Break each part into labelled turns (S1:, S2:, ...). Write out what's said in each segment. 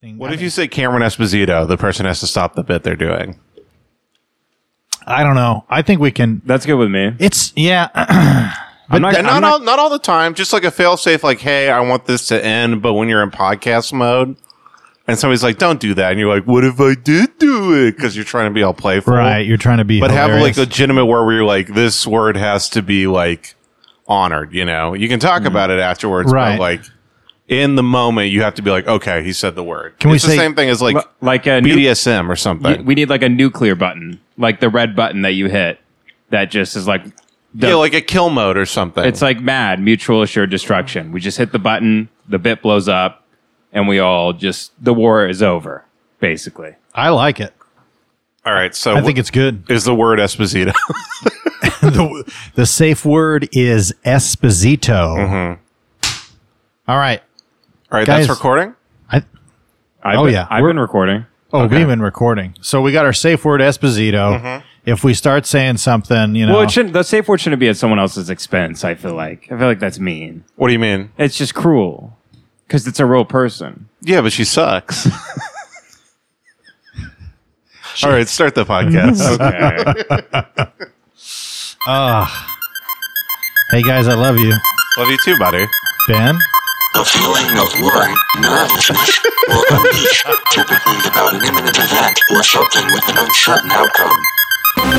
S1: What if you say Cameron Esposito? The person has to stop the bit they're doing.
S2: I don't know. I think we can.
S3: That's good with me.
S2: It's yeah.
S3: I'm not,
S1: And not,
S3: I'm not-
S1: all, not all the time. Just like a failsafe, like, hey, I want this to end. But when you're in podcast mode, and somebody's like, "Don't do that," and you're like, "What if I did do it?" Because you're trying to be all playful,
S2: right. You're trying to be,
S1: But have like
S2: hilarious.
S1: legitimate where we're like, this word has to be like honored. You know, you can talk about it afterwards,
S2: Right.
S1: but like in the moment, you have to be like, okay, he said the word.
S2: Can we
S1: it's
S2: say-
S1: the same thing as like
S3: Li- like a nu-
S1: BDSM or something?
S3: y- we need like a nuclear button, like the red button that you hit. That just is like, the-
S1: yeah, like a kill mode or something.
S3: it's like mad mutual assured destruction. We just hit the button, the bit blows up, and we all just the war is over, basically.
S2: I like it.
S1: all right. So
S2: I think it's good.
S1: is the word Esposito.
S2: the, the safe word is Esposito. All right.
S1: all
S2: Guys-
S1: right, that's recording.
S2: I,
S3: I've
S2: Oh,
S3: been-
S2: yeah.
S3: I've been recording.
S2: oh, we've been recording. So we got our safe word Esposito. If we start saying something, you know,
S3: Well, it shouldn't. The safe word shouldn't be at someone else's expense. I feel like I feel like that's mean.
S1: What do you mean?
S3: It's just cruel because it's a real person.
S1: Yeah, but she sucks. all right, start the podcast.
S3: Okay.
S2: hey guys, I love you.
S1: Love you too, buddy.
S2: Ben,
S4: The feeling of worry, nervousness, will unleash, typically about an imminent event or something with an uncertain outcome.
S2: the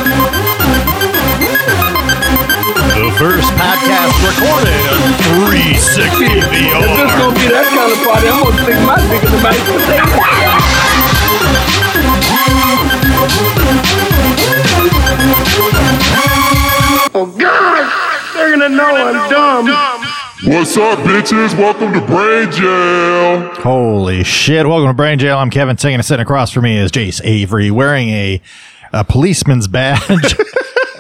S2: first podcast recorded on 360 VR.
S5: gonna be that kind of party. I'm gonna stick my dick in the mashed potato. Oh God, they're gonna know I'm dumb.
S6: What's up, bitches? Welcome to Brain Jail.
S2: Holy shit. Welcome to Brain Jail. I'm Kevin Singing, and sitting across from me is Jace Avery wearing a, a policeman's badge.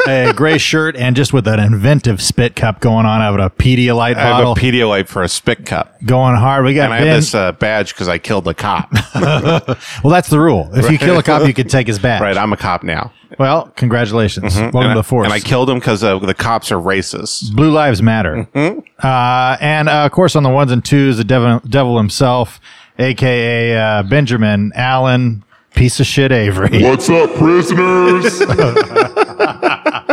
S2: A gray shirt and just with an inventive spit cup going on out of a Pedialyte
S1: I have a
S2: bottle,
S1: Pedialyte for a spit cup,
S2: going hard. We got
S1: and I
S2: Ben.
S1: have this uh, badge because I killed a cop.
S2: Well, that's the rule. If you kill a cop, you can take his badge.
S1: right, I'm a cop now.
S2: Well, congratulations. Welcome to
S1: and
S2: the
S1: I-
S2: force.
S1: And I killed him because the cops are racist.
S2: Blue Lives Matter.
S1: Mm-hmm.
S2: Uh, and uh, of course, on the ones and twos, the devil, devil himself, aka uh, Benjamin Allen, piece of shit Avery.
S6: What's up, prisoners?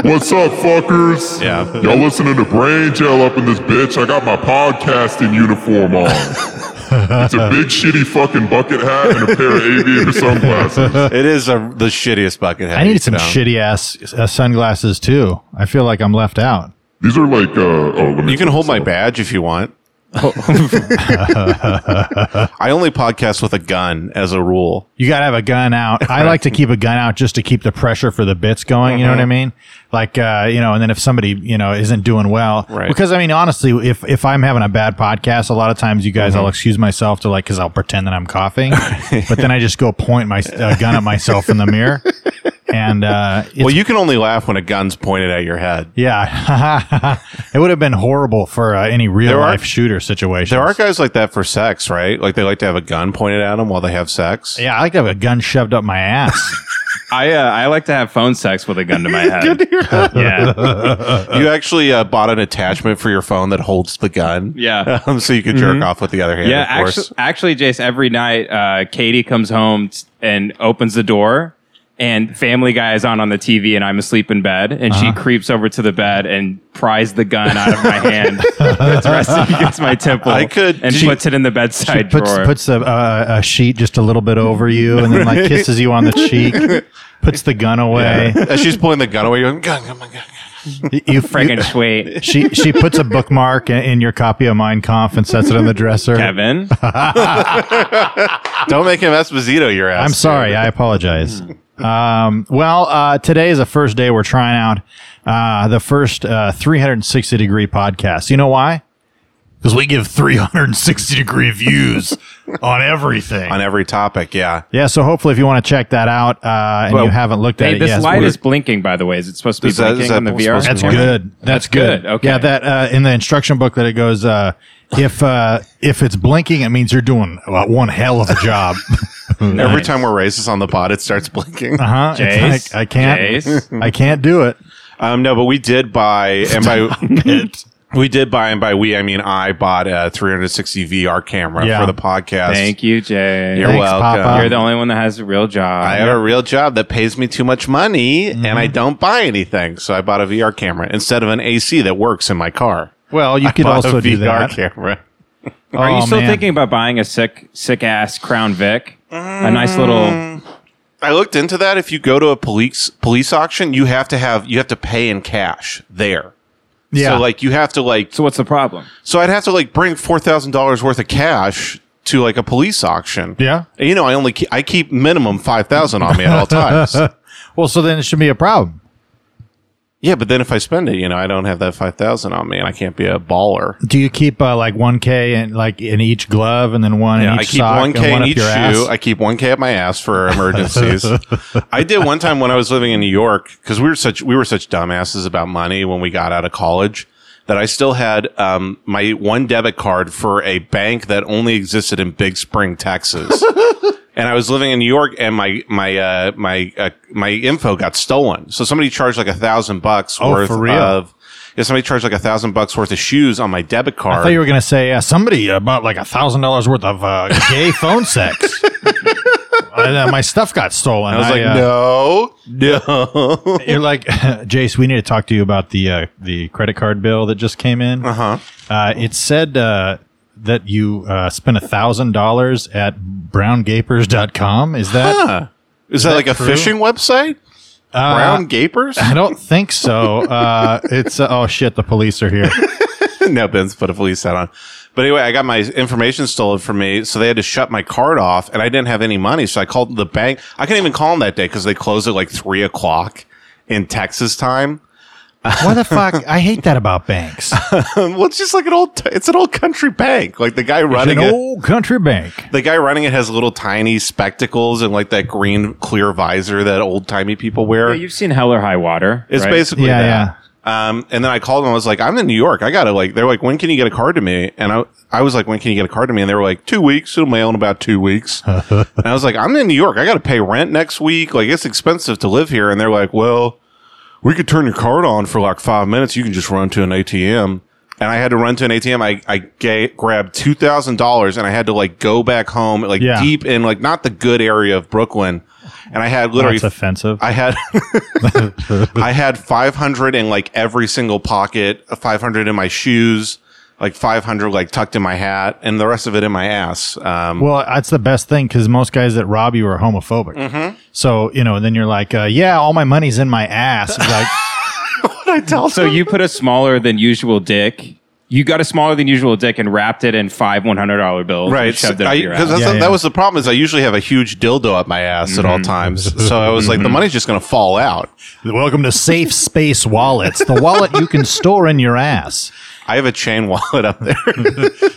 S6: What's up, fuckers?
S1: Yeah.
S6: Y'all listening to Brain Jail up in this bitch. I got my podcasting uniform on. It's a big shitty fucking bucket hat and a pair of aviator sunglasses.
S1: it is a, the shittiest bucket head.
S2: I
S1: you
S2: need some
S1: know?
S2: shitty ass uh, sunglasses too. I feel like I'm left out.
S6: These are like, uh, oh, let me
S1: You can hold my badge if you want. I only podcast with a gun as a rule.
S2: You got to have a gun out. I like to keep a gun out just to keep the pressure for the bits going. You know
S1: Uh-huh.
S2: what I mean? Like, uh, you know, and then if somebody, you know, isn't doing well,
S1: Right.
S2: because I mean, honestly, if, if I'm having a bad podcast, a lot of times you guys,
S1: Mm-hmm.
S2: I'll excuse myself to like, cause I'll pretend that I'm coughing, but then I just go point my uh, gun at myself in the mirror. And, uh, it's,
S1: Well, you can only laugh when a gun's pointed at your head.
S2: yeah, it would have been horrible for uh, any real
S1: There are-
S2: life shooter situation.
S1: There are guys like that for sex, right? Like they like to have a gun pointed at them while they have sex.
S2: yeah, I like to have a gun shoved up my ass.
S3: I uh, I like to have phone sex with a gun to my head. yeah,
S1: You actually uh, bought an attachment for your phone that holds the gun.
S3: Yeah.
S1: Um, so you can
S2: Mm-hmm.
S1: jerk off with the other hand,
S3: yeah.
S1: of course.
S3: Actually, actually, Jace, every night, uh, Katie comes home t- and opens the door, and Family Guy is on on the TV, and I'm asleep in bed, and she
S2: Uh-huh.
S3: creeps over to the bed and pries the gun out of my hand that's resting against my temple.
S1: I could-
S3: and
S1: she-
S3: puts it in the bedside
S2: puts
S3: drawer.
S2: puts a, a, a sheet just a little bit over you, and then like kisses you on the cheek, puts the gun away.
S1: As she's pulling the gun away, you're like, gun, gun, gun, gun.
S2: You
S3: Friggin'
S2: you-
S3: sweet,
S2: She she puts a bookmark in, in your copy of Mein Kampf and sets it on the dresser.
S3: Kevin.
S1: Don't make him Esposito your ass.
S2: I'm sorry. I apologize.
S3: Hmm.
S2: Um, well, uh, today is the first day we're trying out uh, the first uh, 360 degree podcast. You know why? Because we give 360 degree views on everything.
S1: On every topic, yeah.
S2: Yeah, so hopefully if you want to check that out uh, and
S3: Well,
S2: you haven't looked at
S3: Hey,
S2: it
S3: this
S2: yet,
S3: light
S2: we're-
S3: is blinking. By the way, is it supposed to be
S1: Is that- is
S3: blinking
S1: that
S3: on the VR?
S1: supposed
S2: That's
S1: Warning.
S2: good. That's
S3: good. Okay.
S2: Yeah, that uh, in the instruction booklet it goes uh, if uh, if it's blinking, it means you're doing uh, one hell of a job.
S1: Every time we're racist on the pod, it starts blinking.
S2: huh? Uh-huh, It's like,
S3: Jace,
S2: I can't.
S3: Jace.
S2: I can't do it.
S1: Um, no, but we did buy, and by
S2: It.
S1: We did buy, and by we, I mean I bought a 360 VR camera
S2: Yeah.
S1: for the podcast.
S3: Thank you, Jay.
S1: You're
S2: Thanks,
S1: welcome.
S2: Papa.
S3: You're the only one that has a real job.
S1: I have a real job that pays me too much money, and
S2: Mm-hmm.
S1: I don't buy anything. So I bought a VR camera instead of an AC that works in my car.
S2: Well, you could
S1: Bought
S2: also
S1: a
S2: do
S1: VR
S2: that.
S1: camera.
S3: Are you
S2: Oh,
S3: still
S2: man.
S3: thinking about buying a sick, sick ass Crown Vic? A nice little.
S1: I looked into that. If you go to a police police auction, you have to have you have to pay in cash there.
S2: Yeah.
S1: So like you have to like
S3: So what's the problem?
S1: so I'd have to like bring four thousand dollars worth of cash to like a police auction.
S2: Yeah.
S1: And, you know I only keep, I keep minimum five thousand on me at all times.
S2: well, so then it should be a problem.
S1: yeah, but then if I spend it, you know I don't have that five thousand on me, and I can't be a baller.
S2: Do you keep uh, like one k and like in each glove, and then one in
S1: I
S2: each
S1: keep
S2: sock,
S1: one
S2: and
S1: K in
S2: up
S1: each shoe.
S2: your ass?
S1: I keep one K up my ass for emergencies. I did one time when I was living in New York because we were such we were such dumbasses about money when we got out of college that I still had um, my one debit card for a bank that only existed in Big Spring, Texas. and I was living in New York, and my my uh, my uh, my info got stolen. So somebody charged like a thousand bucks
S2: Oh,
S1: worth
S2: for real?
S1: of. Yeah, somebody charged like a thousand bucks worth of shoes on my debit card.
S2: I thought you were gonna say uh, somebody uh, bought like a thousand dollars worth of uh, gay phone sex. And, uh, my stuff got stolen.
S1: I was like,
S2: uh,
S1: no, no.
S2: You're like, Jace, we need to talk to you about the uh, the credit card bill that just came in. Uh-huh. It said uh, that you uh, spent a thousand dollars at browngapers.com. Is that?
S1: Is, that,
S2: that
S1: like a
S2: true?
S1: fishing website? Brown gapers?
S2: I don't think so. Uh, it's uh, oh shit, the police are here.
S1: no, Ben's put a police hat on. But anyway, I got my information stolen from me, so they had to shut my card off, and I didn't have any money, so I called the bank. I couldn't even call them that day because they closed at like three o'clock in Texas time.
S2: What the fuck? I hate that about banks.
S1: well, it's just like an old, t- it's an old country bank. Like the guy
S2: It's
S1: running
S2: an
S1: it,
S2: old country bank.
S1: the guy running it has little tiny spectacles and like that green clear visor that old timey people wear.
S3: You've seen Hell or High Water.
S1: It's
S3: right?
S1: basically
S2: Yeah,
S1: that. Um, and then I called them. I was like, I'm in New York. I gotta like. They're like, when can you get a card to me? And I, I was like, when can you get a card to me? And they were like, two weeks. It'll mail in about two weeks. and I was like, I'm in New York. I gotta pay rent next week. Like it's expensive to live here. And they're like, well, we could turn your card on for like five minutes. You can just run to an ATM. And I had to run to an ATM. I, I ga- grabbed two thousand dollars, and I had to like go back home, like
S2: Yeah.
S1: deep in like not the good area of Brooklyn. And I had literally
S2: That's offensive.
S1: I had I had 500 in like every single pocket, 500 in my shoes, like 500 like tucked in my hat, and the rest of it in my ass. Um,
S2: Well, that's the best thing because most guys that rob you are homophobic. So you know, then you're like, uh, yeah, all my money's in my ass. It's Like,
S3: So you put a smaller than usual dick. You got a smaller than usual dick and wrapped it in five one hundred dollar bills.
S1: right,
S3: And shoved
S1: so
S3: it up
S1: I-
S3: your
S1: 'cause
S3: ass.
S1: that's
S2: Yeah,
S1: the-
S2: yeah.
S1: that was the problem is I usually have a huge dildo up my ass at all times, so I was like, the money's just gonna fall out.
S2: welcome to Safe Space Wallets, the wallet you can store in your ass.
S1: I have a chain wallet up there.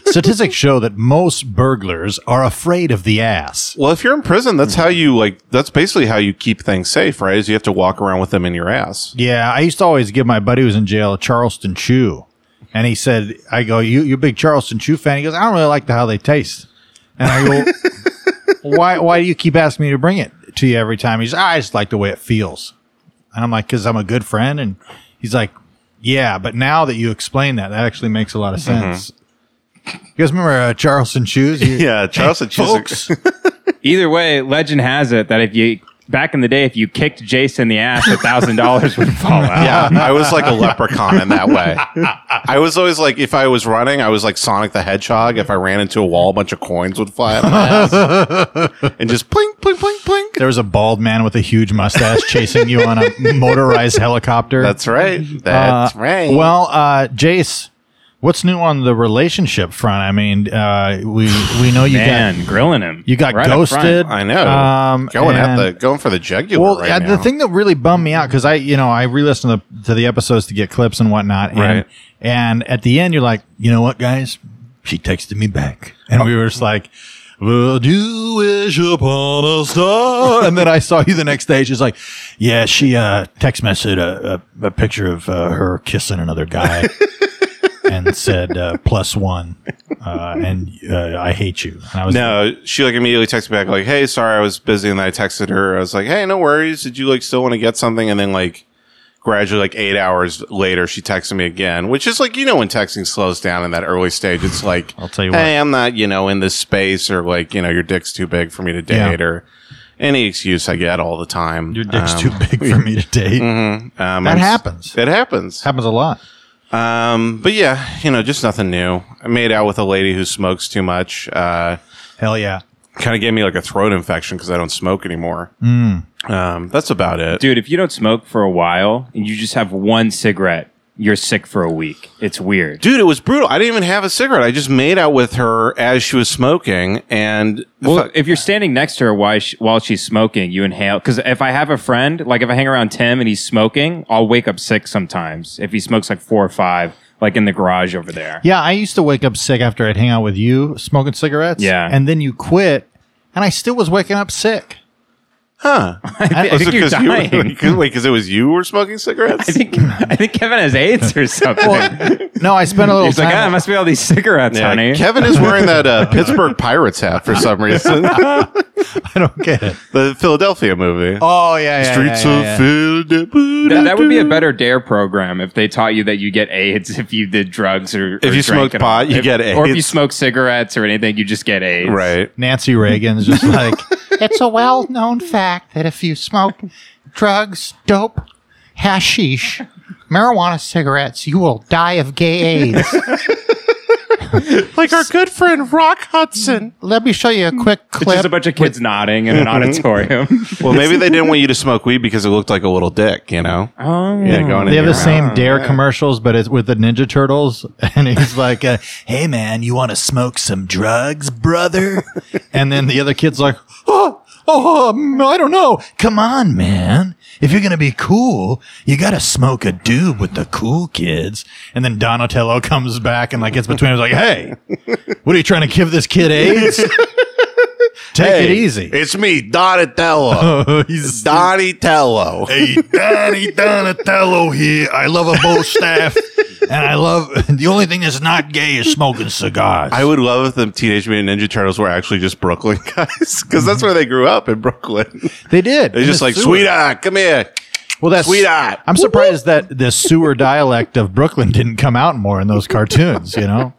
S2: Statistics show that most burglars are afraid of the ass.
S1: well, if you're in prison, that's how you like. That's basically how you keep things safe, right? Is you have to walk around with them in your ass.
S2: Yeah, I used to always give my buddy who was in jail a Charleston Chew, and he said, "I go, you you a big Charleston Chew fan?" He goes, "I don't really like the, how they taste," and I go, "Why why do you keep asking me to bring it to you every time?" He's, "I just like the way it feels," and I'm like, "Cause I'm a good friend," and he's like, "Yeah, but now that you explain that, that actually makes a lot of sense." You guys remember uh, Charleston Chews? You-
S1: Mm-hmm. Yeah, Charleston Chews are-
S2: folks.
S3: Either way, legend has it that if you back in the day, if you kicked Jason in the ass, a thousand dollars would fall out.
S1: Yeah, I was like a leprechaun in that way. I was always like, if I was running, I was like Sonic the Hedgehog. If I ran into a wall, a bunch of coins would fly out of my ass and just plink, plink, plink, plink.
S2: there was a bald man with a huge mustache chasing you on a motorized helicopter.
S1: That's right. That's
S2: Uh,
S1: right.
S2: Well, uh, Jace, what's new on the relationship front? I mean, uh, we we know you
S3: Man,
S2: got
S3: grilling him.
S2: you got
S3: Right up front.
S2: ghosted.
S1: I know.
S2: Um,
S1: going at
S2: and-
S1: the going for the jugular.
S2: well,
S1: right
S2: uh,
S1: now.
S2: the thing that really bummed me out because I, you know, I re-listened to the, to the episodes to get clips and whatnot, and,
S1: Right.
S2: And at the end, you're like, you know what, guys, she texted me back, and we were just like. Would you wish upon a star? And then I saw you the next day. She's like, "Yeah, she uh, text messaged a, a, a picture of uh, her kissing another guy, and said uh, plus one, uh, and uh, I hate you." And I was
S1: No, she like immediately texted back like, "Hey, sorry, I was busy," and then I texted her. I was like, "Hey, no worries. Did you like still want to get something?" And then like gradually, like eight hours later, she texted me again, which is like, you know, when texting slows down in that early stage, it's like,
S2: I'll tell you what.
S1: hey, I'm not, you know, in this space or like, you know, your dick's too big for me to
S2: Yeah.
S1: date or any excuse I get all the time.
S2: Your dick's
S1: Um,
S2: too big for me to date.
S1: um,
S2: That
S1: I'm s-
S2: happens.
S1: It happens.
S2: Happens a lot.
S1: Um, but yeah, you know, just nothing new. I made out with a lady who smokes too much. Uh,
S2: Hell yeah.
S1: kind of gave me like a throat infection because I don't smoke anymore.
S3: Mm.
S1: Um, that's about it.
S3: Dude, if you don't smoke for a while and you just have one cigarette, you're sick for a week. It's weird.
S1: Dude, it was brutal. I didn't even have a cigarette. I just made out with her as she was smoking, and
S3: Well, if you're standing next to her while, she, while she's smoking, you inhale. Because if I have a friend, like if I hang around Tim and he's smoking, I'll wake up sick sometimes. If he smokes like four or five, like in the garage over there.
S2: Yeah, I used to wake up sick after I'd hang out with you smoking cigarettes.
S3: Yeah.
S2: And then you quit, and I still was waking up sick.
S3: I, think you're
S1: because
S3: dying.
S1: wait, because it was you were smoking cigarettes.
S3: I think I think Kevin has AIDS or something.
S2: No, I spent a little
S3: He's
S2: time.
S3: like, ah, it must be all these cigarettes,
S1: Yeah,
S3: honey.
S1: Kevin is wearing that uh, Pittsburgh Pirates hat for some reason.
S2: I don't get it.
S1: the Philadelphia movie,
S2: Oh, yeah, yeah.
S1: Streets
S2: yeah, yeah,
S1: of
S2: yeah.
S1: Philadelphia.
S3: That, that would be a better dare program if they taught you that you get AIDS if you did drugs or or
S1: you
S3: drank
S1: smoked
S3: at all.
S1: pot, you
S3: If-
S1: get
S3: or if you
S1: AIDS.
S3: smoke cigarettes or anything, you just get AIDS.
S1: right.
S2: Nancy Reagan's just like, it's a well known fact that if you smoke drugs, dope, hashish, marijuana cigarettes, you will die of gay AIDS.
S1: Like our good friend Rock Hudson.
S2: Let me show you a quick
S3: It's just a
S2: clip.
S3: bunch of kids nodding in an
S1: Mm-hmm.
S3: auditorium.
S1: Well, maybe they didn't want you to smoke weed because it looked like a little dick, you know?
S3: oh,
S1: Yeah, going
S2: They have
S1: in
S2: the
S1: your
S2: same Dare commercials, but it's with the Ninja Turtles, and he's like, uh, "Hey man, you want to smoke some drugs, brother?" and then the other kid's like, "Oh, oh, um, I don't know. Come on, man. If you're gonna be cool, you gotta smoke a doob with the cool kids." And then Donatello comes back and like gets between. He's like, "Hey, what are you trying to give this kid AIDS? Take it easy."
S1: It's me, Donatello.
S2: he's
S1: Donatello.
S2: Hey, Danny Donatello here. I love a bow staff, and I love the only thing that's not gay is smoking cigars.
S1: I would love if the Teenage Mutant Ninja Turtles were actually just Brooklyn guys because that's where they grew up in Brooklyn.
S2: they did.
S1: They're just like, sweetheart, come here.
S2: well, that's
S1: sweetheart.
S2: I'm surprised that the sewer dialect of Brooklyn didn't come out more in those cartoons. You know,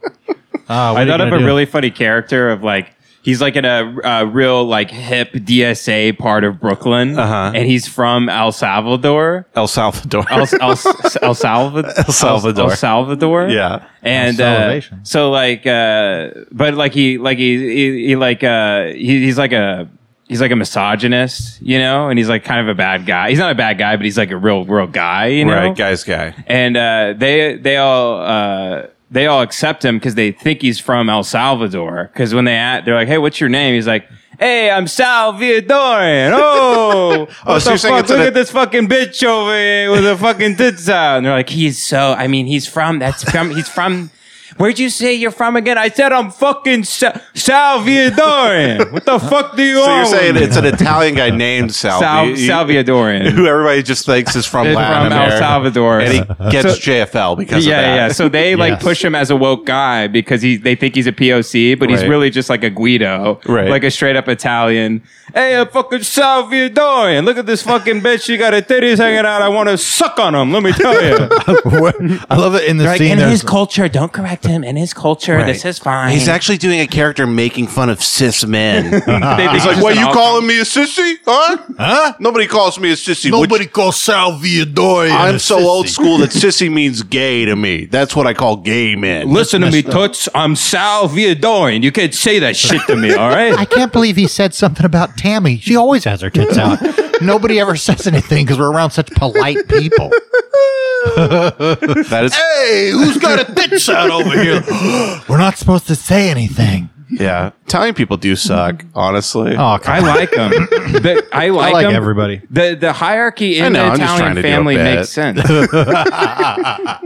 S2: uh,
S3: I thought of a really funny character of like he's like in a, uh real like hip DSA part of Brooklyn,
S1: Uh-huh.
S3: and he's from El Salvador.
S1: El Salvador.
S3: El, El, El, Salvador, El
S1: Salvador.
S3: El Salvador.
S1: Yeah.
S3: and
S2: El
S3: uh,
S2: Salvation.
S3: so like, uh, but like he like he he, he like uh, he, he's like a. He's like a misogynist, you know, and he's like kind of a bad guy. He's not a bad guy, but he's like a real, real guy, you know.
S1: Right, guy's guy.
S3: And uh, they they all uh, they all accept him because they think he's from El Salvador. Because when they at, they're like, "Hey, what's your name?" He's like, "Hey, I'm Salvadoran." Oh,
S1: Oh,
S3: what
S1: so
S3: the
S1: you're saying
S3: fuck?
S1: it's an-
S3: Look at this fucking bitch over here with a fucking tits out. And they're like, "He's so. I mean, he's from. That's from. He's from." Where'd you say you're from again? I said I'm fucking Sa- Salvadoran. What the fuck do you
S1: So you're
S3: want? with
S1: saying
S3: me?
S1: it's an Italian guy named Sal,
S3: Sal-
S1: you- you-
S3: Salvadoran?
S1: who everybody just thinks is from
S3: It's
S1: Latin
S3: from El
S1: America.
S3: Salvador.
S1: And he gets JFL because
S3: yeah,
S1: of that.
S3: yeah. So they like
S2: Yes.
S3: push him as a woke guy because he they think he's a POC, but he's
S1: Right.
S3: really just like a Guido,
S1: Right.
S3: Like a straight up Italian. Hey, a fucking Salvadorian! Look at this fucking bitch. She got her titties hanging out. I want to suck on them. Let me tell you.
S2: I love it in the scene. there's-
S3: culture, don't correct him. In his culture,
S1: this
S3: is fine.
S1: He's actually doing a character making fun of cis men.
S3: He's
S1: He's like, "What you calling me a sissy? Huh? Huh? Nobody calls me a sissy. which-
S2: nobody calls Salvador.
S1: I'm so old school that sissy means gay to me. That's what I call gay men.
S3: Listen to me, Toots. I'm Salvadorian. You can't say that shit to me. All
S2: I
S3: right.
S2: can't believe he said something about Tammy. She always has her tits out. Nobody ever says anything because we're around such polite people.
S1: That is,
S2: Hey, who's got a tits out over here? we're not supposed to say anything.
S1: yeah. Italian people do suck, honestly.
S2: Oh,
S3: I like him. The- I like,
S2: like
S3: him.
S2: everybody.
S3: The the hierarchy
S1: I
S3: in
S1: know,
S3: the
S1: I'm just trying
S3: Italian
S1: to do a
S3: family
S1: bit.
S3: makes sense.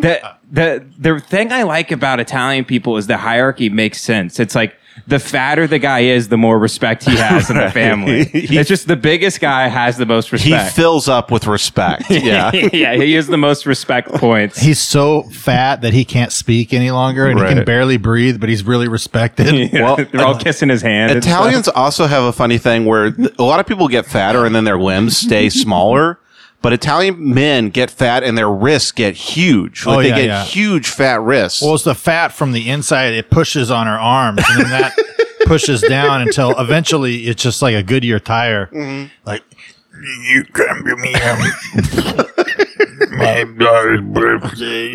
S3: the the the thing I like about Italian people is the hierarchy makes sense. It's like the fatter the guy is, the more respect he has in the family.
S1: He-
S3: it's just the biggest guy has the most
S1: he
S3: respect.
S1: fills up with respect. Yeah.
S3: yeah, he has the most respect points.
S2: He's so fat that he can't speak any longer and he can
S1: Right.
S2: barely breathe, but he's really respected.
S3: Yeah,
S1: well,
S3: they're all kissing his hand.
S2: uh,
S3: and stuff.
S1: Italians also have a funny thing where th- a lot of people get fatter and then their limbs stay smaller. But Italian men get fat and their wrists get huge. Like
S2: Oh,
S1: they
S2: yeah,
S1: get
S2: yeah.
S1: huge fat wrists.
S2: Well, it's the fat from the inside. It pushes on her arms, and then that pushes down until eventually it's just like a Goodyear tire. Like you come to me on my daughter's birthday.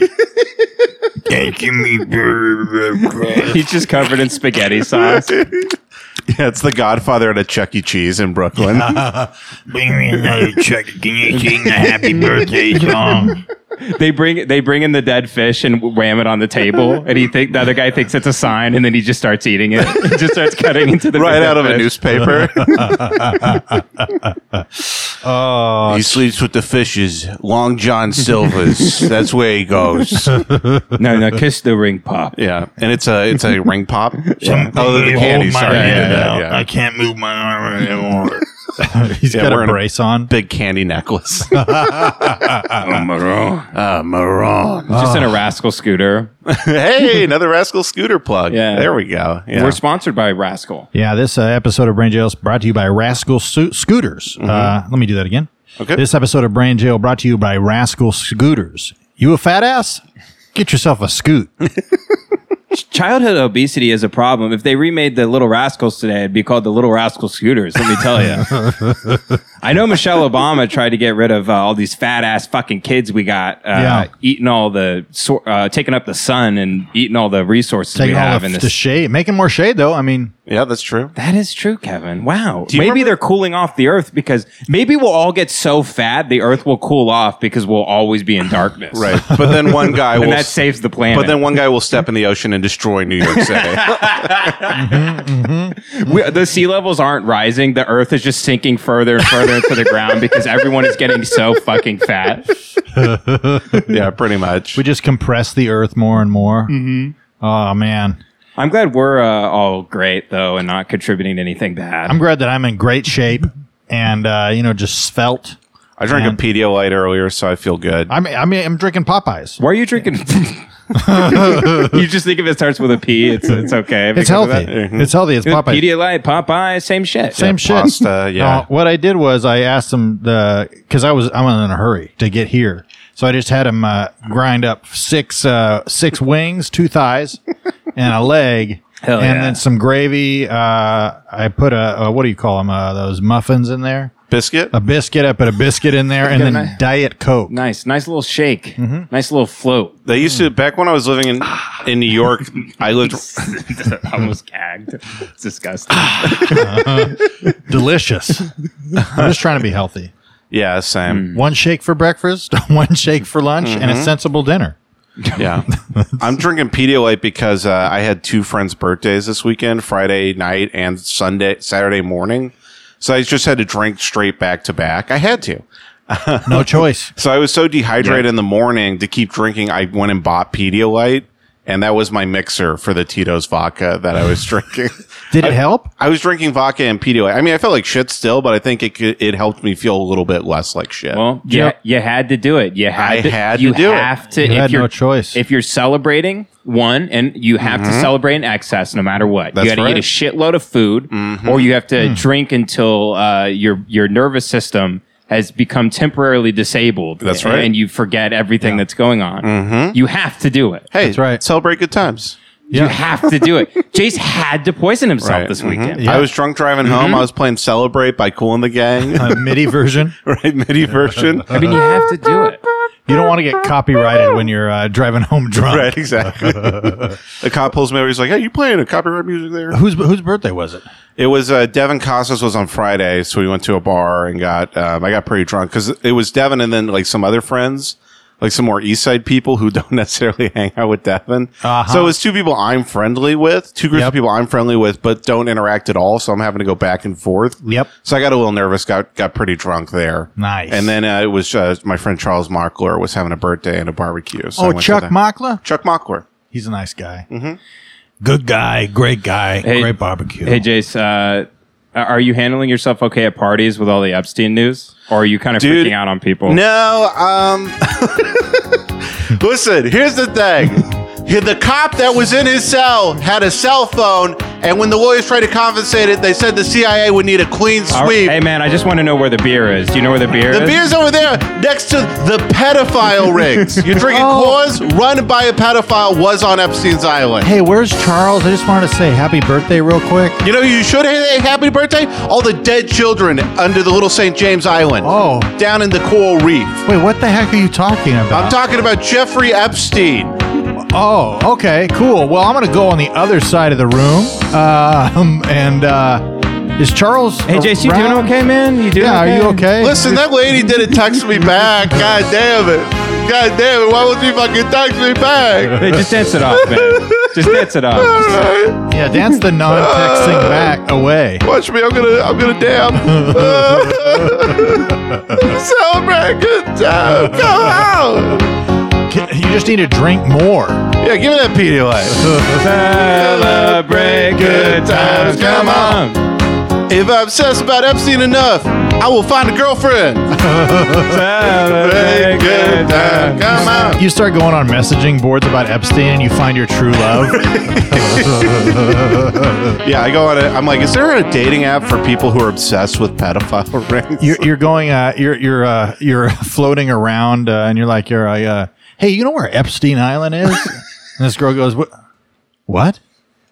S2: Taking me to
S3: He's just covered in spaghetti sauce.
S1: yeah, it's the Godfather at a Chuck E. Cheese in Brooklyn.
S2: bring me another check. Can you sing the happy birthday song?
S3: They bring they bring in the dead fish and wham it on the table, and he think the other guy thinks it's a sign, and then he just starts eating it. He just starts cutting into the
S1: right
S3: dead
S1: out of a
S3: fish.
S1: newspaper.
S2: Oh,
S1: he sleeps with the fishes. Long John Silver's. That's where he goes.
S3: No, no, kiss the ring pop.
S1: Yeah, and it's a it's a ring pop. Oh, the candy. Sorry,
S2: yeah,
S1: yeah, yeah,
S2: no,
S1: yeah.
S2: I can't move my arm anymore. He's
S1: Yeah,
S2: got
S1: we're
S2: a
S1: in a-
S2: brace on.
S1: big candy necklace. uh, maroon.
S3: Just in a rascal scooter.
S1: hey, another Rascal Scooter plug.
S3: Yeah.
S1: there we go. Yeah.
S3: We're sponsored by Rascal.
S2: Yeah, this uh, episode of Brain Jail is brought to you by Rascal Soo- Scooters. Uh, let me do that again.
S1: Okay.
S2: This episode of Brain Jail brought to you by Rascal Scooters. You a fat ass? Get yourself a scoot.
S3: Childhood obesity is a problem. If they remade the Little Rascals today, it'd be called the Little Rascal Scooters. Let me tell you. I know Michelle Obama tried to get rid of uh, all these fat ass fucking kids we got uh,
S2: Yeah.
S3: eating all the sor- uh, taking up the sun and eating all the resources
S2: Taking
S3: we
S2: all
S3: have
S2: the,
S3: in
S2: f-
S3: this.
S2: the shade, making more shade though. I mean,
S1: yeah, that's true.
S3: that is true, Kevin. Wow.
S1: you
S3: Maybe
S1: remember-
S3: they're cooling off the Earth because maybe we'll all get so fat the Earth will cool off because we'll always be in darkness.
S1: Right, but then one guy
S3: And
S1: will.
S3: that saves the planet.
S1: but then one guy will step in the ocean and destroy New York City.
S3: We, the sea levels aren't rising. The Earth is just sinking further and further into the ground because everyone is getting so fucking fat.
S1: yeah, pretty much.
S2: we just compress the earth more and more. Mm-hmm. Oh man,
S3: I'm glad we're uh, all great though and not contributing anything bad.
S2: I'm glad that I'm in great shape and uh, you know just svelte.
S1: I drank a Pedialyte earlier, so I feel good.
S2: I mean, I mean, I'm drinking Popeyes.
S3: Why are you drinking? you just think if it starts with a P, it's it's okay.
S2: It's
S3: because of
S2: healthy.
S3: that.
S2: It's healthy. It's Popeyes.
S3: Pedialyte, Popeye, same shit.
S2: Same shit.
S1: pasta, yeah.
S2: No, what I did was I asked him the because I was I'm in a hurry to get here, so I just had him uh, grind up six uh, six wings, two thighs, and a leg,
S3: Hell
S2: and
S3: yeah.
S2: then some gravy. Uh, I put a, uh what do you call them? Uh, those muffins in there.
S1: Biscuit.
S2: A biscuit. I put a biscuit in there, and then
S3: I-
S2: diet coke.
S3: Nice, nice little shake.
S2: Mm-hmm.
S3: Nice little float.
S1: They used to back when I was living in in New York. I lived.
S3: I almost gagged. It's disgusting.
S2: Delicious. I'm just trying to be healthy.
S1: Yeah, same.
S2: One shake for breakfast, one shake for lunch, and a
S3: Mm-hmm.
S2: sensible dinner.
S1: Yeah,
S2: Hmm.
S1: I'm drinking Pedialyte because uh, I had two friends' birthdays this weekend, Friday night and Sunday, Saturday morning. So I just had to drink straight back to back. I had to.
S2: No choice.
S1: So I was so dehydrated in the morning to keep drinking. I went and bought Pedialyte, and that was my mixer for the Tito's vodka that I was drinking.
S2: Did it help?
S1: I was drinking vodka and Pedialyte. I mean, I felt like shit still, but I think it could- it helped me feel a little bit less like shit.
S3: Well, you,
S2: Yep.
S3: you had to do it. You had
S1: I
S3: to,
S1: had
S3: you
S1: to do it.
S3: have To,
S2: You
S3: if
S2: had
S3: you're,
S2: no choice.
S3: If you're celebrating, one, and you have to celebrate in excess no matter what.
S1: Mm-hmm. That's
S3: you got to
S1: right. Mm-hmm.
S3: eat a shitload of food, or you have to
S2: Mm.
S3: drink until uh, your, your nervous system has become temporarily disabled.
S1: That's
S3: a-
S1: right. Mm-hmm.
S3: And you forget everything that's going on. You have to do it.
S1: hey,
S2: That's right.
S1: Celebrate good times.
S3: You have to do it. Jace had to poison himself
S1: Right. Mm-hmm.
S3: this weekend.
S1: I was drunk driving home. I was playing Celebrate by Cool and the Gang,
S2: A MIDI version.
S1: right? MIDI version.
S3: I mean, you have to do it.
S2: You don't want to get copyrighted when you're uh, driving home drunk.
S1: Right, exactly. the cop pulls me over. He's like, "Hey, you playing a copyright music there?"
S2: Whose whose birthday was it?
S1: It was uh, Devin Costas was on Friday, so we went to a bar and got. Um, I got pretty drunk because it was Devin and then like some other friends, like some more East Side people who don't necessarily hang out with Devin.
S2: Uh-huh.
S1: So it was two people I'm friendly with, two groups
S2: Yep.
S1: of people I'm friendly with, but don't interact at all. So I'm having to go back and forth.
S2: Yep.
S1: So I got a little nervous. Got got pretty drunk there.
S2: Nice.
S1: And then uh, it was uh, my friend Charles Mockler was having a birthday and a barbecue. So I
S2: oh,
S1: went to
S2: Chuck
S1: that.
S2: Mockler.
S1: Chuck Mockler.
S2: He's a nice guy.
S1: Mm-hmm.
S2: Good guy. Great guy.
S3: Hey-
S2: great barbecue.
S3: Hey, Jace, uh, are you handling yourself okay at parties with all the Epstein news? Or are you kind of
S1: Dude,
S3: freaking out on people?
S1: No, um listen, here's the thing. He- The cop that was in his cell had a cell phone, and when the lawyers tried to confiscate it, they said the CIA would need a clean
S3: All right.
S1: sweep.
S3: Hey man, I just want to know where the beer is. Do you know where the beer
S1: The
S3: is?
S1: beer's over there next to the pedophile rings. You're drinking
S3: Oh.
S1: Coors, run by a pedophile, was on Epstein's Island.
S2: Hey, where's Charles? I just wanted to say happy birthday real quick.
S1: You know, who you should say happy birthday. All the dead children under the little St. James Island.
S2: Oh.
S1: Down in the coral reef.
S2: Wait, what the heck are you talking about?
S1: I'm talking about Jeffrey Epstein.
S2: Oh, okay, cool. Well, I'm gonna go on the other side of the room. Um, and uh, is Charles?
S3: hey JC, you doing
S2: around?
S3: okay, man? You doing
S2: Yeah, are you okay?
S1: Listen, that lady didn't text me back. God damn it. God damn it. Why won't she fucking text me back?
S3: Hey, just dance it off, man. Just dance it off. Just-
S1: Alright.
S2: Yeah, dance the non-texting back away.
S1: Watch me. I'm gonna I'm gonna damn. Celebrate a good time. Come out.
S2: You just need to drink more.
S1: Yeah, give me that Pedialyte.
S3: Celebrate good times, come on.
S1: If I'm obsessed about Epstein enough, I will find a girlfriend.
S3: Celebrate
S1: Celebrate
S3: good times.
S1: Come out.
S2: You start going on messaging boards about Epstein, and you find your true love.
S1: Yeah, I go on it. I'm like, is there a dating app for people who are obsessed with pedophile rings?
S2: you're, you're going, uh, you're you're uh, you're floating around, uh, and you're like, you're like, uh, hey, you know where Epstein Island is? and this girl goes, what? What?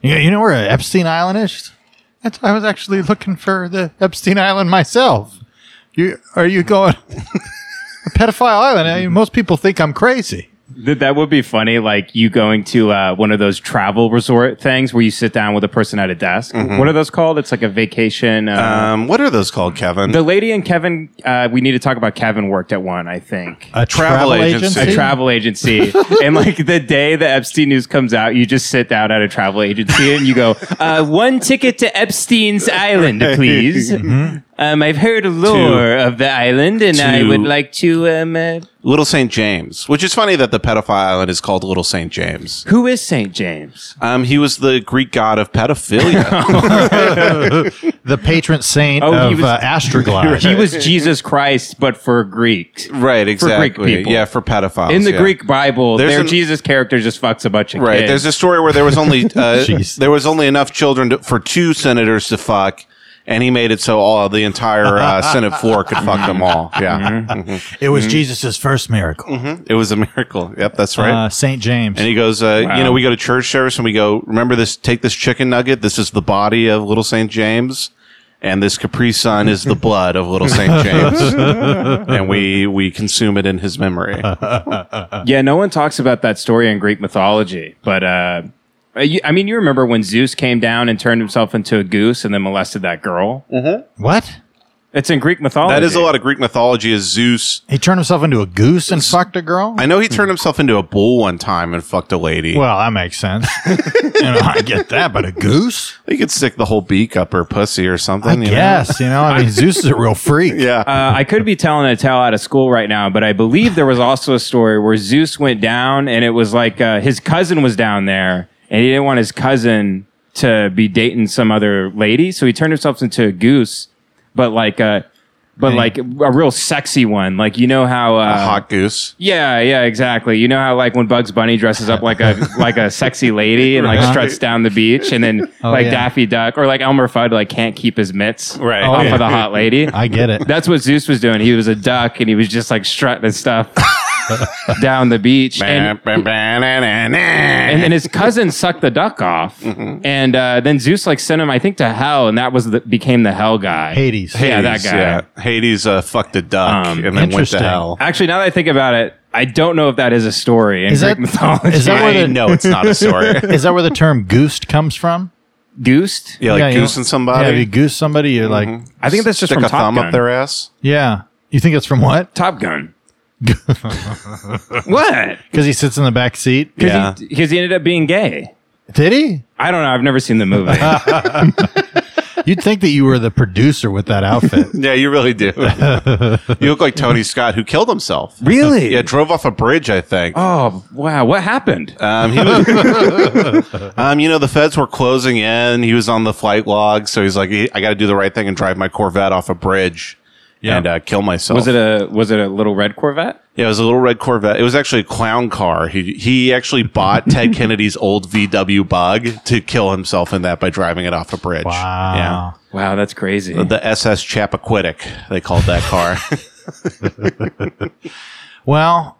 S2: You, you know where Epstein Island is? She's, That's, I was actually looking for the Epstein Island myself. You are you going? pedophile island. eh? Most people think I'm crazy.
S3: Th- That would be funny, like you going to uh, one of those travel resort things where you sit down with a person at a desk.
S1: Mm-hmm.
S3: What are those called? It's like a vacation. Uh,
S1: Um, what are those called, Kevin?
S3: the lady and Kevin, uh, we need to talk about Kevin worked at one, I think.
S2: A
S1: travel agency.
S3: a travel agency. and like the day the Epstein news comes out, you just sit down at a travel agency and you go, uh, one ticket to Epstein's Island, please.
S1: Mm-hmm.
S3: Um, I've heard lore of the island and I
S1: Two.
S3: would like to. Um, uh,
S1: Little St. James, which is funny that the pedophile island is called Little St. James.
S3: who is St. James?
S1: Um, he was the Greek god of pedophilia.
S2: the patron saint
S3: Oh, he
S2: of
S3: was-
S2: uh, Astroglide.
S3: He was Jesus Christ, but for Greeks.
S1: right, exactly.
S3: people.
S1: Yeah, for pedophiles.
S3: In the
S1: yeah.
S3: Greek Bible,
S1: There's
S3: their
S1: an-
S3: Jesus character just fucks a bunch of
S1: Right.
S3: kids.
S1: There's a story where there was only uh,
S2: Jeez.
S1: there was only enough children to, for two senators to fuck, and he made it so all the entire uh, Senate floor could fuck them all. Yeah,
S3: Mm-hmm.
S2: it was Jesus' first miracle.
S1: it was a miracle. Yep, that's right.
S2: Uh, Saint James.
S1: Mm-hmm. and he goes, uh, you know, we go to church service and we go, remember this? Take this chicken nugget. This is the body of Little Saint James, and this Capri Sun is the blood of Little Saint James, and we we consume it in his memory.
S3: Oh, Yeah, no one talks about that story in Greek mythology, but uh, you- I mean, you remember when Zeus came down and turned himself into a goose and then molested that girl?
S2: what?
S3: It's in Greek mythology.
S1: That is a lot of Greek mythology. Is Zeus?
S2: He turned himself into a goose and fucked a girl?
S1: I know he turned himself into a bull one time and fucked a lady.
S2: well, that makes sense. you know, I get that, but a goose?
S1: He could stick the whole beak up her pussy or something.
S2: I
S1: you know?
S2: guess, you know, I mean, Zeus is a real freak.
S1: Yeah.
S3: Uh, I could be telling a tale out of school right now, but I believe there was also a story where Zeus went down and it was like uh, his cousin was down there and he didn't want his cousin to be dating some other lady. So he turned himself into a goose, but like a, but like a real sexy one. Like, you know how. Uh,
S1: a hot goose.
S3: Yeah, yeah, exactly. You know how like when Bugs Bunny dresses up like a like a sexy lady and like
S2: Right. Oh,
S3: struts down the beach, and then like
S2: yeah.
S3: Daffy Duck or like Elmer Fudd like can't keep his mitts right Oh, off
S2: yeah.
S3: of the hot lady.
S2: I get it.
S3: That's what Zeus was doing. He was a duck and he was just like strutting and stuff down the beach. And, and then his cousin sucked the duck off, and uh, then Zeus like sent him, I think, to hell, and that was the, became the hell guy.
S2: Hades.
S3: Yeah, that
S1: Hades,
S3: guy.
S1: yeah. Hades uh, fucked a duck
S3: Um,
S1: and then went to
S2: interesting.
S1: hell.
S3: Actually, now that I think about it, I don't know if that is a story in
S2: Is
S3: Greek
S2: that-
S3: mythology.
S2: is that where
S1: I
S2: the-
S1: know it's not a story.
S2: Is that where the term goosed comes from?
S3: goosed?
S1: Yeah, like
S2: you know-
S1: goosing
S2: Yeah, if
S1: somebody.
S2: you goose somebody, Mm-hmm. you're like,
S3: I think that's just
S1: stick
S3: from
S1: a
S3: Top
S1: thumb
S3: Gun.
S1: up their ass.
S2: yeah. You think it's from what?
S3: Top Gun. what?
S2: Because he sits in the back seat.
S1: Yeah.
S3: Because he, ended up being gay.
S2: Did he?
S3: I don't know. I've never seen the movie.
S2: You'd think that you were the producer with that outfit.
S1: Yeah, you really do. you look like Tony Scott who killed himself.
S3: really?
S1: Yeah, drove off a bridge, I think.
S3: Oh wow! What happened?
S1: Um, he was- um, you know, the feds were closing in. He was on the flight log, so he's like, I got to do the right thing and drive my Corvette off a bridge and uh, kill myself.
S3: was it a was it a little red Corvette?
S1: Yeah, it was a little red Corvette. It was actually a clown car. He he actually bought Ted Kennedy's old VW Bug to kill himself in that by driving it off a bridge.
S2: Wow.
S3: Wow, that's crazy.
S1: Yeah. The SS Chappaquiddick, they called that car.
S2: Well,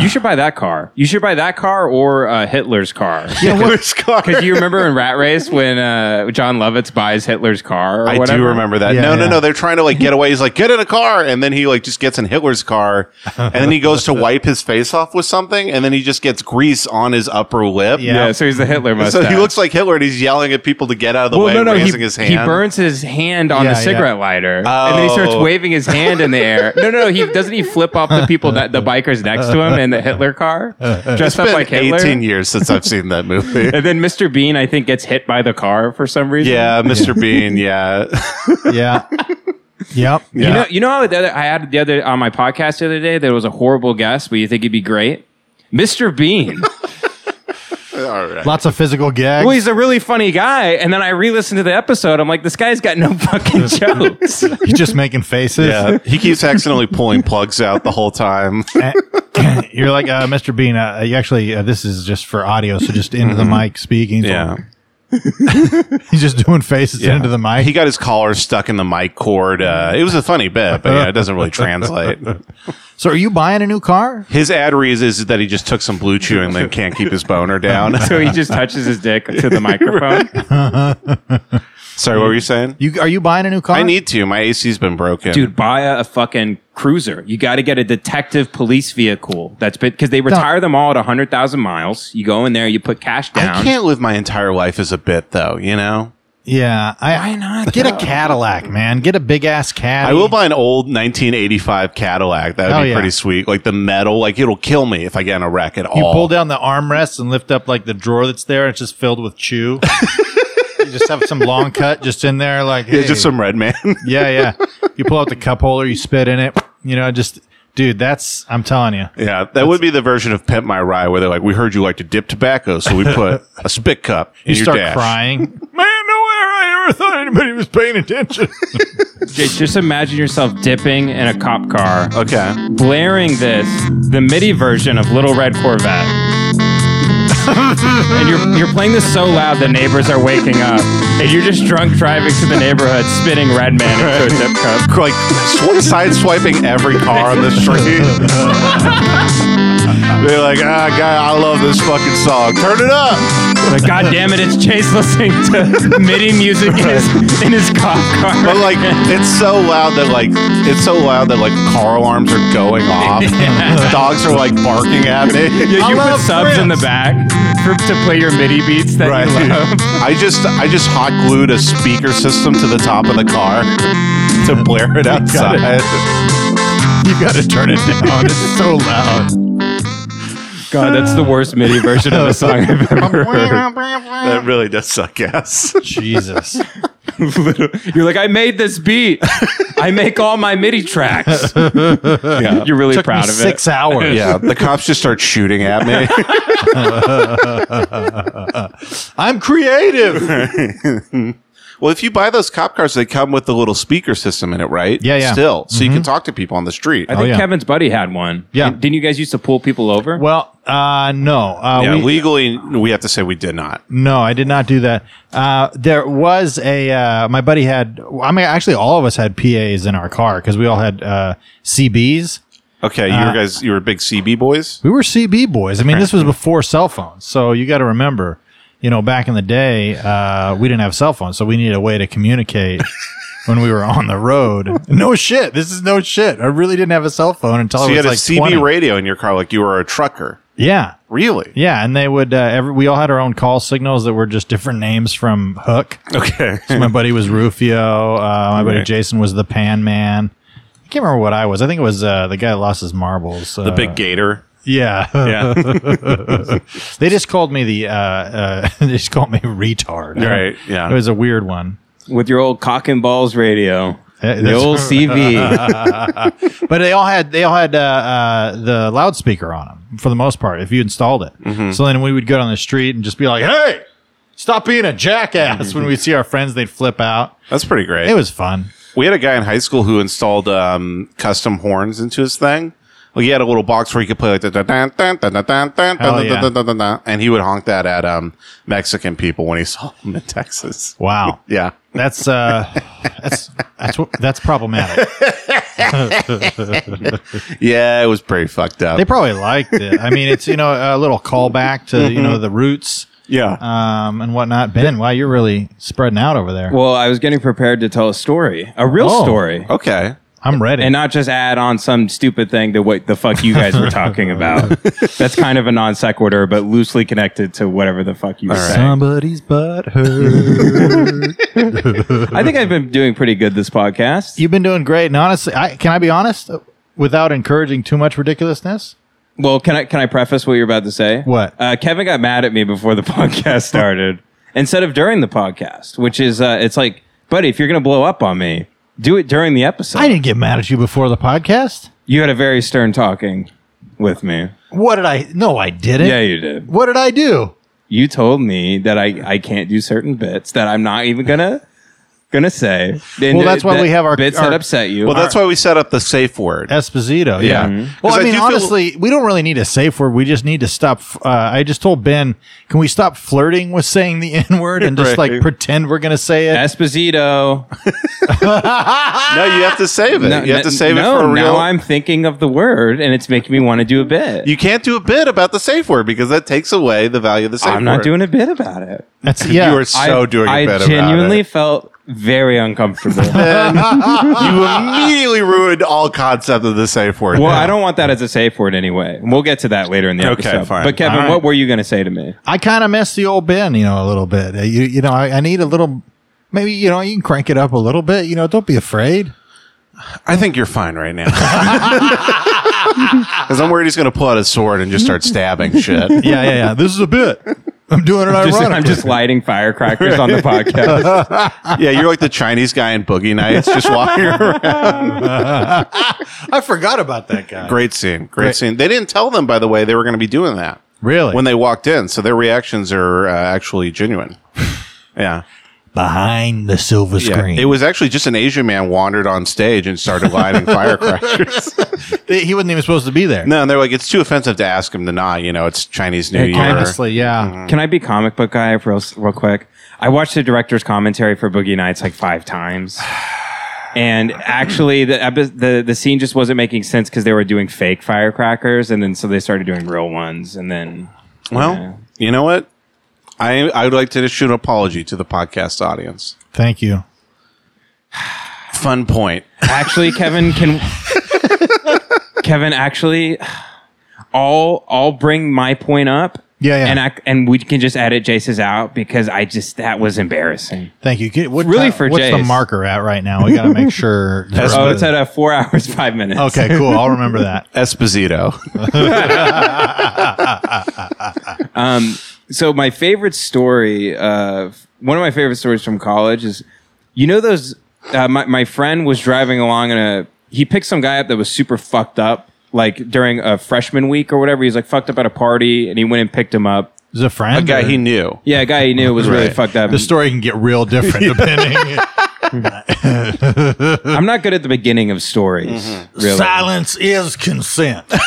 S3: you should buy that car. You should buy that car or uh, Hitler's car.
S1: Hitler's car.
S3: Because you remember in Rat Race when uh, John Lovitz buys Hitler's car? Or
S1: I
S3: whatever?
S1: do remember that.
S2: Yeah,
S1: no, no,
S2: yeah.
S1: no. They're trying to like get away. He's like, get in a car, and then he like just gets in Hitler's car, and then he goes to wipe his face off with something, and then he just gets grease on his upper lip.
S2: Yeah.
S3: Yeah, so he's the Hitler
S1: So
S3: mustache.
S1: he looks like Hitler, and he's yelling at people to get out of the way,
S3: he,
S1: raising his hand.
S3: he burns his hand on
S2: Yeah,
S3: the cigarette lighter, and then he starts
S1: Oh.
S3: waving his hand in the air. No, no, he doesn't. He flip off the people, that, the bikers next to him in the Hitler car, dressed
S1: It's
S3: up
S1: been
S3: like Hitler.
S1: 18 years since I've seen that movie.
S3: And then Mr. Bean, I think, gets hit by the car for some reason.
S1: yeah, Mr. Bean. Yeah.
S2: yeah. yep.
S3: You know, you know how the other, I had the other on my podcast the other day. There was a horrible guest, but you think he'd be great, Mr. Bean.
S2: Lots of physical gags.
S3: well, he's a really funny guy. And then I re-listened to the episode. I'm like, this guy's got no fucking jokes.
S2: He's just making faces.
S1: Yeah, he keeps accidentally pulling plugs out the whole time.
S2: And You're like, uh, Mr. Bean, uh, you actually, uh, this is just for audio, so just into
S1: Mm-hmm.
S2: the mic speaking. He's like- He's just doing faces into the mic.
S1: He got his collar stuck in the mic cord. Uh, it was a funny bit, but yeah, it doesn't really translate.
S2: so are you buying a new car?
S1: His ad reads is that he just took some blue chew and then can't keep his boner down.
S3: so he just touches his dick to the microphone.
S1: Sorry, what were you saying?
S2: You Are you buying a new car?
S1: I need to. My AC's been broken.
S3: Dude, buy a, a fucking cruiser. You got to get a detective police vehicle. That's because they retire them all at 100,000 miles. You go in there, you put cash down.
S1: I can't live my entire life as a bit, though, you know?
S2: Yeah. I, Why not? Get a Cadillac, man. Get a big ass cat.
S1: I will buy an old 1985 Cadillac. That would
S2: Oh,
S1: be
S2: yeah.
S1: pretty sweet. Like the metal, like it'll kill me if I get in a wreck at
S2: You
S1: all.
S2: pull down the armrests and lift up like the drawer that's there, and it's just filled with chew. you just have some long cut just in there, like
S1: yeah,
S2: hey.
S1: just some red man.
S2: yeah, yeah. You pull out the cup holder, you spit in it. You know, just dude, that's I'm telling you.
S1: Yeah, that would be the version of Pimp My Rye where they're like, we heard you like to dip tobacco, so we put a spit cup in
S2: You
S1: your
S2: start
S1: dash.
S2: crying, man. No way! I ever thought anybody was paying attention.
S3: Just, just imagine yourself dipping in a cop car, uh,
S1: Okay.
S3: blaring this, the MIDI version of Little Red Corvette. and you're, you're playing this so loud the neighbors are waking up. And you're just drunk driving through the neighborhood, spitting Red Man into a dip cup.
S1: Like, sw- side swiping every car on the street. They're like, ah, guy, I love this fucking song. Turn it up.
S3: Like, God damn it, it's Chase listening to MIDI music in his, in his cop car.
S1: But, like, it's so loud that, like, it's so loud that, like, car alarms are going off. Dogs are, like, barking at me.
S3: Yeah,
S2: I
S3: you put
S2: love
S3: subs in the back for, to play your MIDI beats that
S1: Right.
S3: you love.
S1: I just I just hot glued a speaker system to the top of the car to blare it outside.
S2: you got to turn it down. It's so loud.
S3: God, that's the worst MIDI version of a song I've ever heard.
S1: That really does suck ass.
S2: Jesus.
S3: You're like, I made this beat. I make all my MIDI tracks. You're really
S2: Took
S3: proud
S2: me
S3: of
S2: six
S3: it.
S2: hours.
S1: Yeah, the cops just start shooting at me.
S2: I'm creative.
S1: well, if you buy those cop cars, they come with the little speaker system in it, right?
S2: Yeah, Mm-hmm. yeah.
S1: Still, so you can talk to people on the street.
S3: I think
S2: yeah.
S3: Kevin's buddy had one.
S2: Yeah.
S3: Didn't you guys used to pull people over?
S2: Well, uh, no. Uh,
S1: yeah,
S2: we-
S1: legally, we have to say we did not.
S2: No, I did not do that. Uh, there was a uh, my buddy had. I mean, actually, all of us had PAs in our car because we all had uh, CBs.
S1: Okay, you
S2: Uh,
S1: guys, you were big CB boys.
S2: We were CB boys. I mean, this was before cell phones, so you got to remember. You know, back in the day, uh, we didn't have cell phones, so we needed a way to communicate when we were on the road. No shit. This is no shit. I really didn't have a cell phone until
S1: So
S2: I
S1: you
S2: was
S1: had
S2: like
S1: a CB
S2: 20.
S1: radio in your car, like you were a trucker.
S2: yeah,
S1: Really?
S2: yeah, and they would. Uh, every, we all had our own call signals that were just different names from Hook.
S1: Okay.
S2: So my buddy was Rufio. Uh, my buddy Jason was the Pan Man. I can't remember what I was. I think it was uh, the guy that lost his marbles. uh,
S1: The big gator.
S2: yeah.
S1: Yeah.
S2: they just called me the. Uh, uh, they just called me retard.
S1: Right, yeah.
S2: It was a weird one.
S3: With your old cock and balls radio.
S2: Eh,
S3: The
S2: that's-
S3: old CV.
S2: But they all had they all had uh, uh, the loudspeaker on them for the most part. If you installed it, so then we would go down the street and just be like, "Hey, stop being a jackass!" when we see our friends, they'd flip out.
S1: That's pretty great.
S2: It was fun.
S1: We had a guy in high school who installed um, custom horns into his thing. Like he had a little box where he could play like da da da da da da da da
S2: Hell yeah.
S1: da da da da, and he would honk that at um Mexican people when he saw them in Texas.
S2: Wow.
S1: Yeah.
S2: That's uh, that's that's what that's problematic.
S1: Yeah, it was pretty fucked up.
S2: They probably liked it. I mean, it's you know a little callback to you know the roots
S1: yeah.
S7: Uh,
S2: um, and whatnot. Ben, wow, you're really spreading out over there.
S7: Well, I was getting prepared to tell a story, a real
S2: Oh.
S7: story,
S1: okay.
S2: I'm ready.
S7: and not just add on some stupid thing to what the fuck you guys were talking about. That's kind of a non sequitur, but loosely connected to whatever the fuck you were saying.
S2: Somebody's butt hurt.
S7: I think I've been doing pretty good this podcast.
S2: You've been doing great, and honestly, I, can I be honest? Without encouraging too much ridiculousness,
S7: well, can I can I preface what you're about to say?
S2: What?
S7: Uh, Kevin got mad at me before the podcast started instead of during the podcast, which is uh, it's like, buddy, if you're gonna blow up on me, do it during the episode.
S2: I didn't get mad at you before the podcast.
S7: you had a very stern talking with me.
S2: What did I? No, I didn't.
S7: Yeah, you did.
S2: What did I do?
S7: you told me that I, I can't do certain bits that I'm not even gonna gonna say. And
S2: Well, that's why
S7: that
S2: we have our-
S7: bits
S2: our-
S7: that upset you.
S1: Well, that's why we set up the safe word.
S7: Uh,
S2: Esposito. Yeah.
S1: Yeah. Mhm.
S2: Well,
S1: 'Cause
S2: I
S1: I
S2: mean,
S1: do feel-
S2: honestly, we don't really need a safe word. We just need to stop. f- Uh, I just told Ben, can we stop flirting with saying the N word and just
S1: Right.
S2: like pretend we're going to say it?
S7: Esposito.
S1: No, you have to save it.
S7: No,
S1: you have to
S7: no-
S1: save
S7: no,
S1: it for a real.
S7: Now I'm thinking of the word, and it's making me want to do a bit.
S1: you can't do a bit about the safe word because that takes away the value of the safe
S7: I'm
S1: word.
S7: not doing a bit about it.
S2: That's, yeah.
S1: You are so
S7: I,
S1: doing a
S7: I
S1: bit
S7: genuinely felt very uncomfortable. well,
S1: about it. You immediately ruined all concept of the safe word.
S7: I don't want that as a safe word anyway. We'll get to that later in the
S1: Okay,
S7: episode.
S1: fine.
S7: But Kevin,
S2: All right.
S7: what were you going to say to me?
S2: I kind of miss the old Ben, you know, a little bit. Uh, You, you know, I, I need a little, maybe, you know, you can crank it up a little bit. You know, don't be afraid.
S1: I think you're fine right now. Because I'm worried he's going to pull out his sword and just start stabbing shit.
S2: Yeah, yeah, yeah. This is a bit. I'm doing it
S7: Just-
S2: ironically.
S7: I'm just lighting firecrackers on the podcast.
S1: Yeah, you're like the Chinese guy in Boogie Nights, just walking around.
S2: I forgot about that guy.
S1: Great scene. Great scene. They didn't tell them, by the way, they were going to be doing that
S2: Really?
S1: when they walked in. So their reactions are uh, actually genuine. Yeah.
S2: Behind the silver
S1: Yeah.
S2: screen.
S1: It was actually just an Asian man wandered on stage and started lighting firecrackers.
S2: They- he wasn't even supposed to be there.
S1: No, and they're like, it's too offensive to ask him to not. You know, it's Chinese New
S7: Hey,
S1: Year.
S2: Honestly, yeah.
S7: Can I be comic book guy for real, real quick? I watched the director's commentary for Boogie Nights like five times. And actually, the epi- the, the scene just wasn't making sense because they were doing fake firecrackers, and then so they started doing real ones, and then
S1: Well,
S7: Yeah.
S1: you know what? I I would like to issue an apology to the podcast audience.
S2: Thank you.
S1: Fun point.
S7: actually, Kevin can Kevin actually, I'll I'll bring my point up,
S2: Yeah, yeah.
S7: and I, and we can just edit Jace's out because I just that was embarrassing.
S2: Thank you. Can- What,
S7: Really
S2: ti-
S7: for
S2: what's the
S7: Jace.
S2: marker at right now? We got to make sure.
S7: Oh, it's at a four hours five minutes.
S2: okay, cool. I'll remember that.
S1: Esposito.
S7: Um, so my favorite story, uh, one of my favorite stories from college is, you know, those, uh, my, my friend was driving along in a, he picked some guy up that was super fucked up, like during a freshman week or whatever. He's like fucked up at a party and he went and picked him up.
S2: Is it a friend?
S1: a guy
S2: or-
S1: he knew.
S7: Yeah. A guy he knew was really
S1: Right.
S7: fucked up.
S2: The story can get real different depending.
S7: I'm not good at the beginning of stories.
S2: Mm-hmm.
S7: Really.
S2: Silence is consent.
S7: So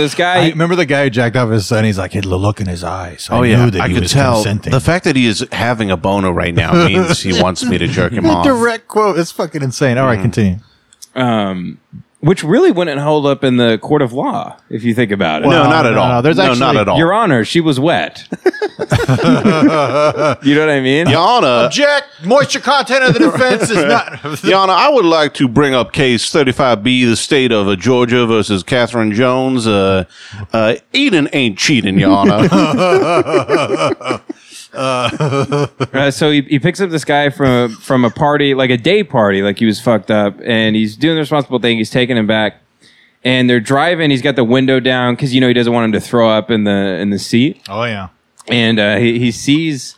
S7: this
S2: I
S7: guy,
S2: remember the guy who jacked off his son. He's like, had the look in his eyes. I
S1: Oh yeah,
S2: knew that
S1: I
S2: he
S1: could
S2: was
S1: tell.
S2: consenting.
S1: The fact that he is having a bono right now means he wants me to jerk him
S2: That
S1: off.
S2: direct quote is fucking insane. All right, continue.
S7: um, which really wouldn't hold up in the court of law if you think about it.
S1: no, not at
S2: no,
S1: all.
S2: no,
S1: No,
S2: there's
S1: not
S2: actually-
S1: at all.
S7: Your Honor, she was wet. you know what I mean?
S1: Yana,
S2: Jack, moisture content of the defense is not.
S1: Yana, I would like to bring up case 35B, the state of uh, Georgia versus Catherine Jones. Uh, uh, Eden ain't cheating, Yana.
S7: Uh, so he, he picks up this guy from from a party, like a day party, like he was fucked up, and he's doing the responsible thing. He's taking him back, and they're driving. He's got the window down because you know he doesn't want him to throw up in the in the seat.
S2: Oh yeah.
S7: And uh, he, he sees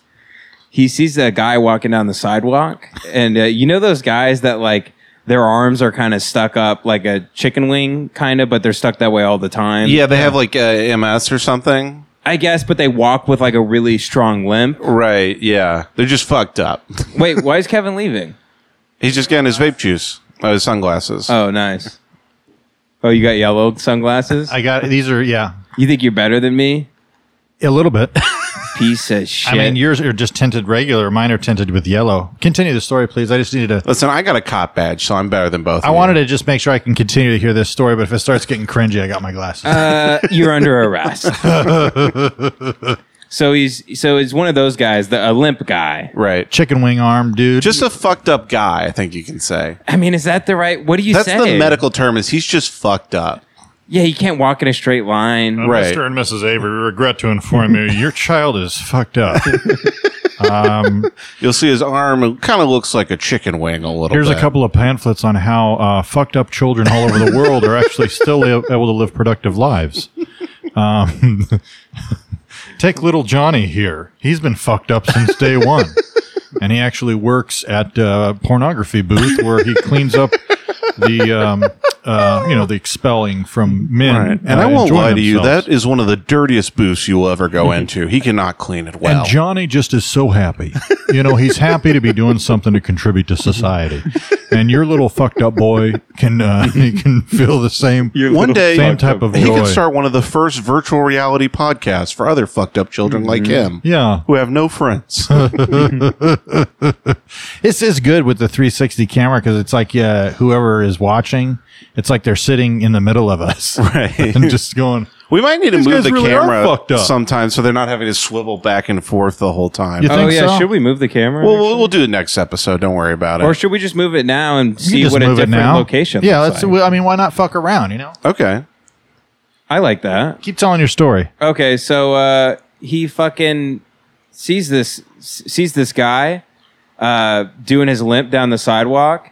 S7: he sees that guy walking down the sidewalk, and uh, you know those guys that like their arms are kind of stuck up like a chicken wing, kind of, but they're stuck that way all the time.
S1: yeah, they have like uh, MS or something.
S7: I guess, but they walk with like a really strong limp.
S1: Right, yeah. They're just fucked up.
S7: Wait, why is Kevin leaving?
S1: He's just getting his vape juice. Oh, his uh, sunglasses.
S7: Oh, nice. Oh, you got yellow sunglasses?
S2: I got these are yeah
S7: you think you're better than me?
S2: a little bit.
S7: Piece of shit.
S2: I mean, yours are just tinted regular. Mine are tinted with yellow. Continue the story, please. I just needed to.
S1: Listen, I got a cop badge, so I'm better than both.
S2: I wanted to just make sure I can continue to hear this story, but if it starts getting cringy, I got my glasses.
S7: uh, you're under arrest. so he's so he's one of those guys, the Olymp guy.
S1: right.
S2: Chicken wing arm, dude.
S1: Just a fucked up guy, I think you can say.
S7: I mean, is that the right? What do you
S1: That's
S7: say?
S1: the medical term. Is he's just fucked up?
S7: Yeah, you can't walk in a straight line.
S2: Uh,
S1: Right.
S2: Mr. and Mrs. Avery, we regret to inform you, your child is fucked up.
S1: You'll see his arm kind of looks like a chicken wing a little.
S2: Here's a
S1: bit.
S2: couple of pamphlets on how uh, fucked up children all over the world are actually still li- able to live productive lives. Um, take little Johnny here. He's been fucked up since day one. And he actually works at uh, pornography booth where he cleans up the, um, uh, you know, the expelling from men.
S1: Right. And
S2: uh,
S1: I won't
S2: enjoying
S1: lie to you,
S2: themselves.
S1: that is one of the dirtiest booths you'll ever go into. He cannot clean it well.
S2: And Johnny just is so happy. You know, he's happy to be doing something to contribute to society. And your little fucked up boy can uh, he can feel the same
S1: One day,
S2: same type of
S1: he
S2: joy.
S1: could start one of the first virtual reality podcasts for other fucked up children like him
S2: yeah,
S1: who have no friends.
S2: this is good with the 360 camera because it's like yeah, whoever is watching, it's like they're sitting in the middle of us, right? And just going,
S1: we might need to
S2: These
S1: move
S2: guys
S1: the
S2: really are fucked
S1: camera
S2: up.
S1: sometime so they're not having to swivel back and forth the whole time.
S2: You
S7: Oh
S2: think
S7: yeah,
S2: so?
S7: should we move the camera?
S1: well, we'll, we'll do it next episode. Don't worry about it.
S7: or should we just move it now and
S2: You can
S7: see
S2: just
S7: what a
S2: move it
S7: different
S2: now.
S7: location?
S2: Yeah,
S7: looks
S2: that's.
S7: like?
S2: I mean, why not fuck around? You know,
S1: okay.
S7: I like that.
S2: keep telling your story.
S7: Okay, so uh, he fucking sees this sees this guy uh, doing his limp down the sidewalk,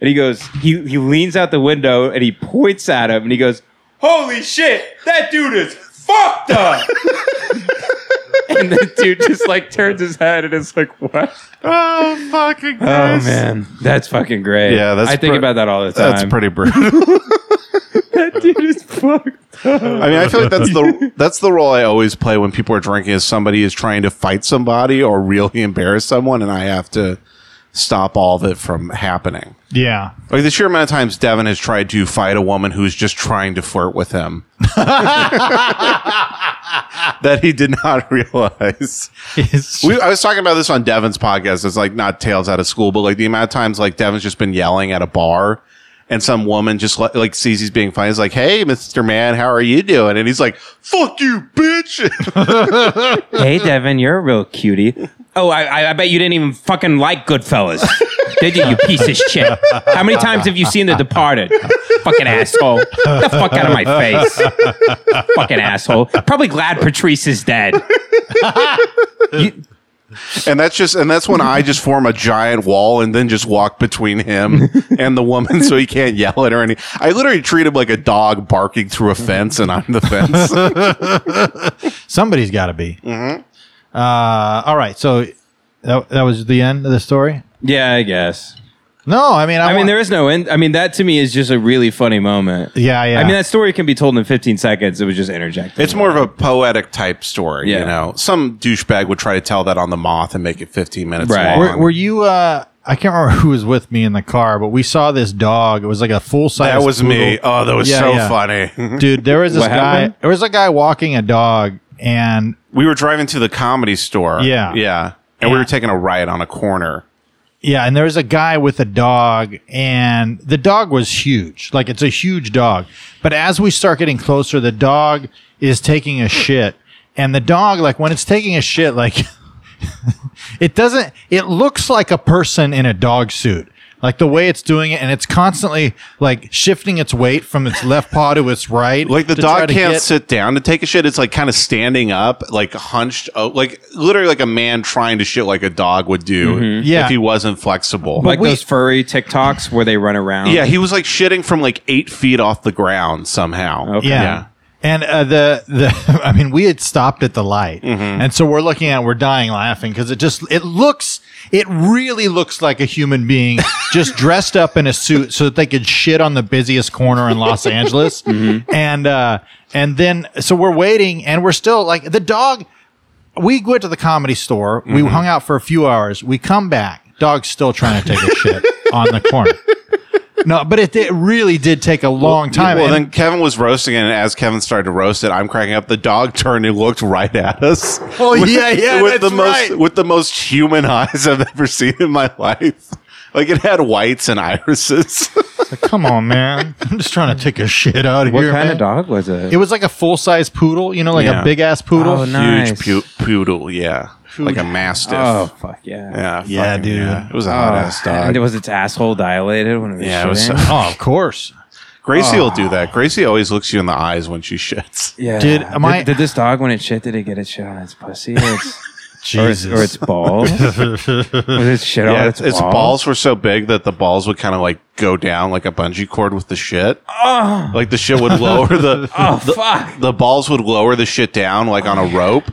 S7: and he goes he he leans out the window and he points at him and he goes, "Holy shit, that dude is fucked up." and the dude just like turns his head and is like, "What?"
S1: Oh, fucking
S7: Oh man, that's fucking great.
S1: Yeah, that's
S7: I think
S1: pre-
S7: about that all the time.
S1: That's pretty brutal.
S7: That dude is fucked.
S1: I mean, I feel like that's the that's the role I always play when people are drinking is somebody is trying to fight somebody or really embarrass someone, and I have to stop all of it from happening.
S2: Yeah,
S1: Like the sheer amount of times Devin has tried to fight a woman who's just trying to flirt with him. that he did not realize. We, I was talking about this on Devin's podcast. It's like not tales out of school, but like the amount of times like Devin's just been yelling at a bar and some woman just li- like sees he's being funny. He's like, Hey, Mr. Man, how are you doing? And he's like, fuck you, bitch.
S7: Hey, Devin, you're a real cutie. Oh, I- I, I bet you didn't even fucking like Goodfellas. Did you, you piece of shit? How many times have you seen The Departed? Fucking asshole. Get the fuck out of my face. fucking asshole. Probably glad Patrice is dead.
S1: and that's just, and that's when I just form a giant wall and then just walk between him and the woman so he can't yell at her. And he, I literally treat him like a dog barking through a fence and I'm the fence.
S2: somebody's got to be. Mm-hmm. Uh, all right, so that, that was the end of the story.
S7: Yeah, I guess.
S2: No, I mean, I,
S7: I mean,
S2: want-
S7: there is no end. I mean, that to me is just a really funny moment.
S2: Yeah, yeah.
S7: I mean, that story can be told in 15 seconds. It was just interjected.
S1: It's more of a poetic type story,
S7: Yeah.
S1: you know. Some douchebag would try to tell that on the moth and make it 15 minutes
S7: Right.
S1: long.
S2: Were, were you? Uh, I can't remember who was with me in the car, but we saw this dog. It was like a full size.
S1: that was me. Oh, that was
S2: Yeah,
S1: so
S2: yeah.
S1: funny.
S2: dude. There was this
S7: What
S2: guy.
S7: happened?
S2: There was a guy walking a dog, and
S1: we were driving to the comedy store.
S2: Yeah.
S1: Yeah. And we
S2: Yeah.
S1: were taking a ride on a corner.
S2: yeah, and there was a guy with a dog, and the dog was huge. Like it's a huge dog. But as we start getting closer, the dog is taking a shit, and the dog, like when it's taking a shit, like it doesn't it looks like a person in a dog suit like the way it's doing it and it's constantly like shifting its weight from its left paw to its right
S1: Like the
S2: to try
S1: dog
S2: to
S1: can't
S2: get-
S1: sit down to take a shit. It's like kind of standing up, like hunched, o- like literally like a man trying to shit like a dog would do
S2: Mm-hmm. Yeah.
S1: if he wasn't flexible.
S7: like
S2: we-
S7: those furry TikToks where they run around.
S1: yeah, he was like shitting from like eight feet off the ground somehow.
S7: Okay.
S2: yeah,
S1: Yeah.
S2: And uh, the the I mean we had stopped at the light,
S1: Mm-hmm.
S2: and so we're looking at it, we're dying laughing because it just it looks it really looks like a human being just dressed up in a suit so that they could shit on the busiest corner in Los Angeles,
S1: Mm-hmm.
S2: and uh, and then so we're waiting and we're still like the dog. We went to the comedy store.
S1: Mm-hmm.
S2: We hung out for a few hours. We come back. Dog's still trying to take a shit on the corner. no, but it, it really did take a long time.
S1: Well,
S2: and-
S1: then Kevin was roasting it, and as Kevin started to roast it, I'm cracking up. The dog turned and looked right at us.
S2: Oh, yeah, yeah,
S1: with the
S2: that's
S1: most
S2: right.
S1: with the most human eyes I've ever seen in my life. Like it had whites and irises.
S2: come on, man. I'm just trying to take a shit out of
S7: What
S2: here.
S7: kind
S2: man.
S7: of dog was it?
S2: It was like a full size poodle, you know, like
S1: Yeah.
S2: a big ass poodle.
S7: Oh, nice.
S1: Huge pu- poodle, yeah, like a mastiff.
S7: oh fuck yeah.
S1: Yeah,
S2: Yeah, dude.
S1: It was a
S7: Oh,
S1: hot ass dog.
S7: and it was its asshole dilated when it was
S1: yeah, it was.
S7: shitting?
S1: So-
S2: Oh, of course.
S1: Gracie will do that. Gracie always looks you in the eyes when she shits.
S7: yeah.
S2: Did- am I-
S7: did, this dog when it shit? Did it get its shit on its pussy? Or its, or its,
S2: Jesus.
S7: or its balls? was it shit
S1: yeah,
S2: Oh,
S7: on
S1: its,
S7: its,
S1: its balls were so big that the balls would kind of like go down like a bungee cord with the shit.
S2: Ah.
S1: Like the shit would lower the
S7: Oh fuck!
S1: the balls would lower the shit down like
S7: Oh,
S1: on a rope,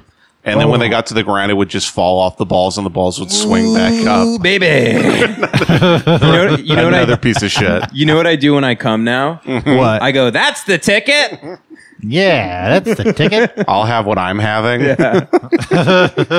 S1: and then when they got to the ground, it would just fall off the balls, and the balls would swing back
S7: Ooh,
S1: up.
S7: baby. you know, you know what
S1: Another Mm-hmm.
S7: I?
S1: piece of shit.
S7: You know what I do when I come now?
S2: what?
S7: Hmm. I go, "That's the ticket."
S2: yeah, that's the ticket.
S1: I'll have what I'm having.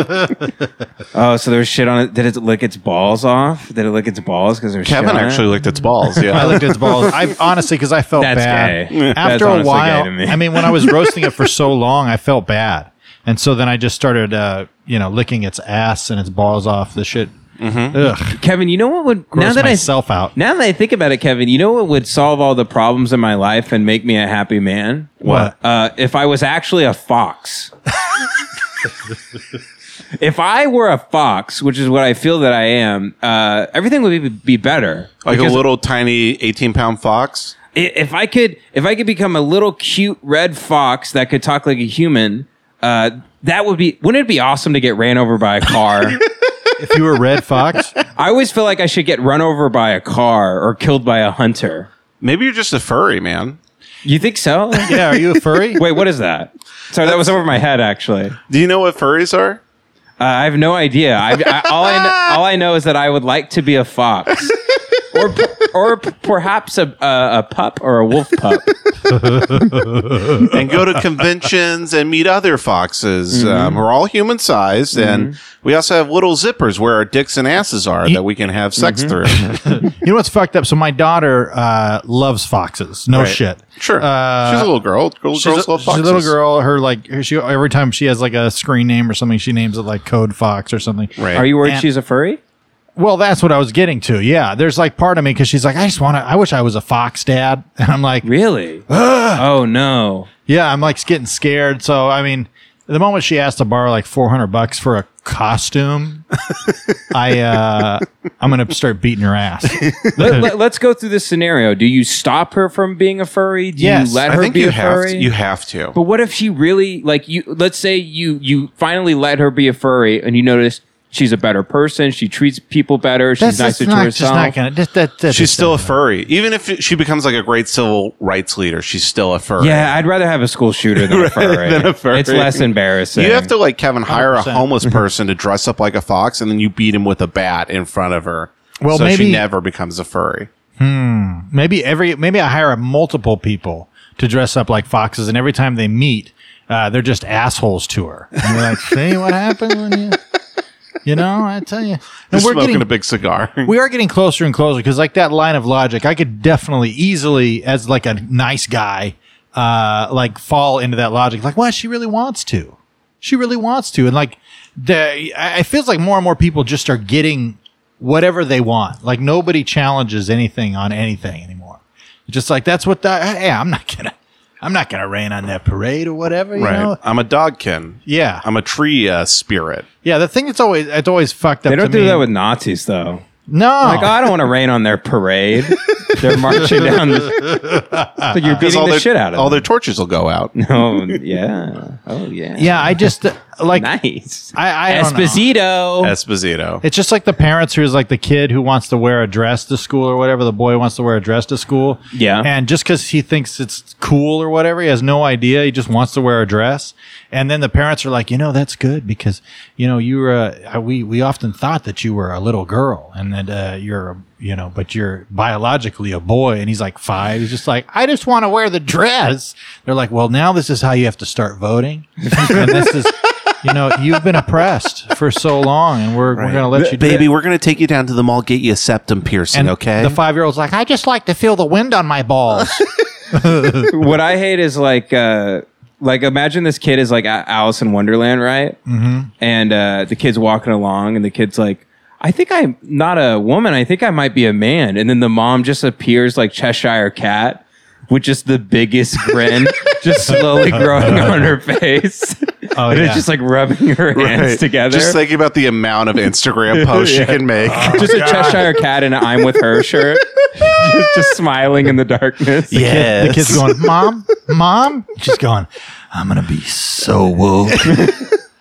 S7: Oh, so there was shit on it. Did it lick its balls off? Did it lick its balls because there's
S1: Kevin
S7: shit on
S1: actually
S7: It?
S1: licked its balls.
S2: I
S1: Yeah,
S2: looked at its balls. I honestly, because I felt
S7: That's
S2: bad.
S7: gay. That's
S2: After a
S7: honestly
S2: while,
S7: gay to me.
S2: I mean, when I was roasting it for so long, I felt bad, and so then I just started, uh, you know, licking its ass and its balls off the shit. Ugh,
S7: Kevin, you know what would
S2: gross
S7: Mm-hmm. now that
S2: myself out.
S7: I now that I think about it, Kevin, you know what would solve all the problems in my life and make me a happy man?
S2: What?
S7: Uh, if I was actually a fox. if I were a fox, which is what I feel that I am, uh, everything would be, be better.
S1: like a
S7: Because
S1: little tiny 18 pound fox.
S7: i- if I could, if I could become a little cute red fox that could talk like a human, uh, that would be. Wouldn't it be awesome to get ran over by a car?
S2: If you were a red fox,
S7: I always feel like I should get run over by a car or killed by a hunter.
S1: Maybe you're just a furry man.
S7: You think so?
S2: yeah, are you a furry?
S7: Wait, what is that? Sorry, that was over my head. Actually, uh,
S1: Do you know what furries are?
S7: I have no idea. I, I, all I know, all I know is that I would like to be a fox, or p- or p- perhaps a, a a pup or a wolf pup.
S1: and go to conventions and meet other foxes
S2: Mm-hmm.
S1: um, who are all human sized. And we also have little zippers where our dicks and asses are that we can have sex
S2: Mm-hmm.
S1: through.
S2: You know what's fucked up? So my daughter uh, loves foxes. No Oh, shit.
S1: sure.
S2: Uh,
S1: she's a little girl. Little
S2: She's,
S1: girls
S2: a,
S1: love
S2: she's a
S1: foxes.
S2: little girl. Her like her, she every time she has like a screen name or something, she names it like Code Fox or something.
S1: Right.
S7: Are you worried
S2: And-
S7: she's a furry?
S2: Well, that's what I was getting to. Yeah, there's like part of me because she's like, I just want to. I wish I was a fox dad, and I'm like,
S7: Really? oh no.
S2: yeah, I'm like getting scared. So I mean, the moment she asked to borrow like 400 bucks for a costume, I uh, I'm gonna start beating her ass.
S7: let, us go through this scenario. Do you stop her from being a furry? Do
S2: Yes.
S7: you let
S1: I
S7: her
S1: think
S7: be
S1: you
S7: a
S1: have,
S7: furry?
S1: to, you have to.
S7: but what if she really like you? Let's say you you finally let her be a furry, and you notice she's a better person. She treats people better. She's
S2: That's
S7: nicer
S2: just
S7: to
S2: not, just
S7: herself.
S2: not gonna. That, that, that,
S1: She's still a furry. Even if she becomes like a great civil rights leader, she's still a furry.
S7: yeah, I'd rather have a school shooter than a furry.
S1: Than a furry.
S7: It's less embarrassing.
S1: You have to like Kevin hire a
S2: 100%.
S1: homeless person to dress up like a fox, and then you beat him with a bat in front of her.
S2: Well,
S1: so
S2: maybe-
S1: she never becomes a furry.
S2: Maybe every maybe I hire multiple people to dress up like foxes, and every time they meet, uh, they're just assholes to her. And you're like, see what happens when you, you know, I tell you. And
S1: Just
S2: we're
S1: smoking
S2: getting
S1: a big cigar.
S2: we are getting closer and closer because like that line of logic, I could definitely easily as like a nice guy, uh, like fall into that logic. Like, well, she really wants to. She really wants to, and like the I- it feels like more and more people just are getting whatever they want. Like nobody challenges anything on anything anymore. Just like that's what the hey, I'm not gonna I'm not gonna rain on that parade or whatever. You
S1: right.
S2: know?
S1: I'm a dogkin.
S2: Yeah.
S1: I'm a tree uh, spirit.
S2: yeah. The thing that's always it's always fucked up.
S7: They don't
S2: to
S7: do
S2: me-
S7: that with Nazis though.
S2: no.
S7: Like, oh, I don't want to rain on their parade. They're marching down. The, like you're beating the
S1: their,
S7: shit out of
S1: all
S7: them.
S1: their torches will go out.
S7: Oh yeah. Oh yeah.
S2: yeah, I just uh, like
S7: Nice.
S2: I, I don't know.
S7: Esposito.
S1: Esposito.
S2: It's just like the parents who's like the kid who wants to wear a dress to school or whatever. The boy wants to wear a dress to school.
S7: Yeah.
S2: And just because he thinks it's cool or whatever, he has no idea. He just wants to wear a dress. And then the parents are like, you know, that's good because, you know, you were, uh, we, we often thought that you were a little girl and that uh, you're, a, you know, but you're biologically a boy. And he's like five. He's just like, I just want to wear the dress. They're like, well, now this is how you have to start voting. and this is, you know, you've been oppressed for so long, and we're, we're going to let you, do
S8: Baby,
S2: it."
S8: we're going to take you down to the mall, get you a septum piercing,
S2: And
S8: okay?
S2: the five year old's like, I just like to feel the wind on my balls.
S7: what I hate is like, uh, like imagine this kid is like A- Alice in Wonderland, right? Mm-hmm. And uh, the kid's walking along, and the kid's like, "I think I'm not a woman. I think I might be a man." And then the mom just appears like Cheshire Cat with just the biggest grin, just slowly growing on her face.
S2: Oh,
S7: and
S2: yeah.
S7: it's just like rubbing her hands
S1: Right.
S7: together.
S1: Just thinking about the amount of Instagram posts you can make.
S7: just a Cheshire cat in a I'm with her shirt, just, just smiling in the darkness.
S8: yes.
S2: The kid's going, Mom, Mom. She's going, I'm going to be so woke.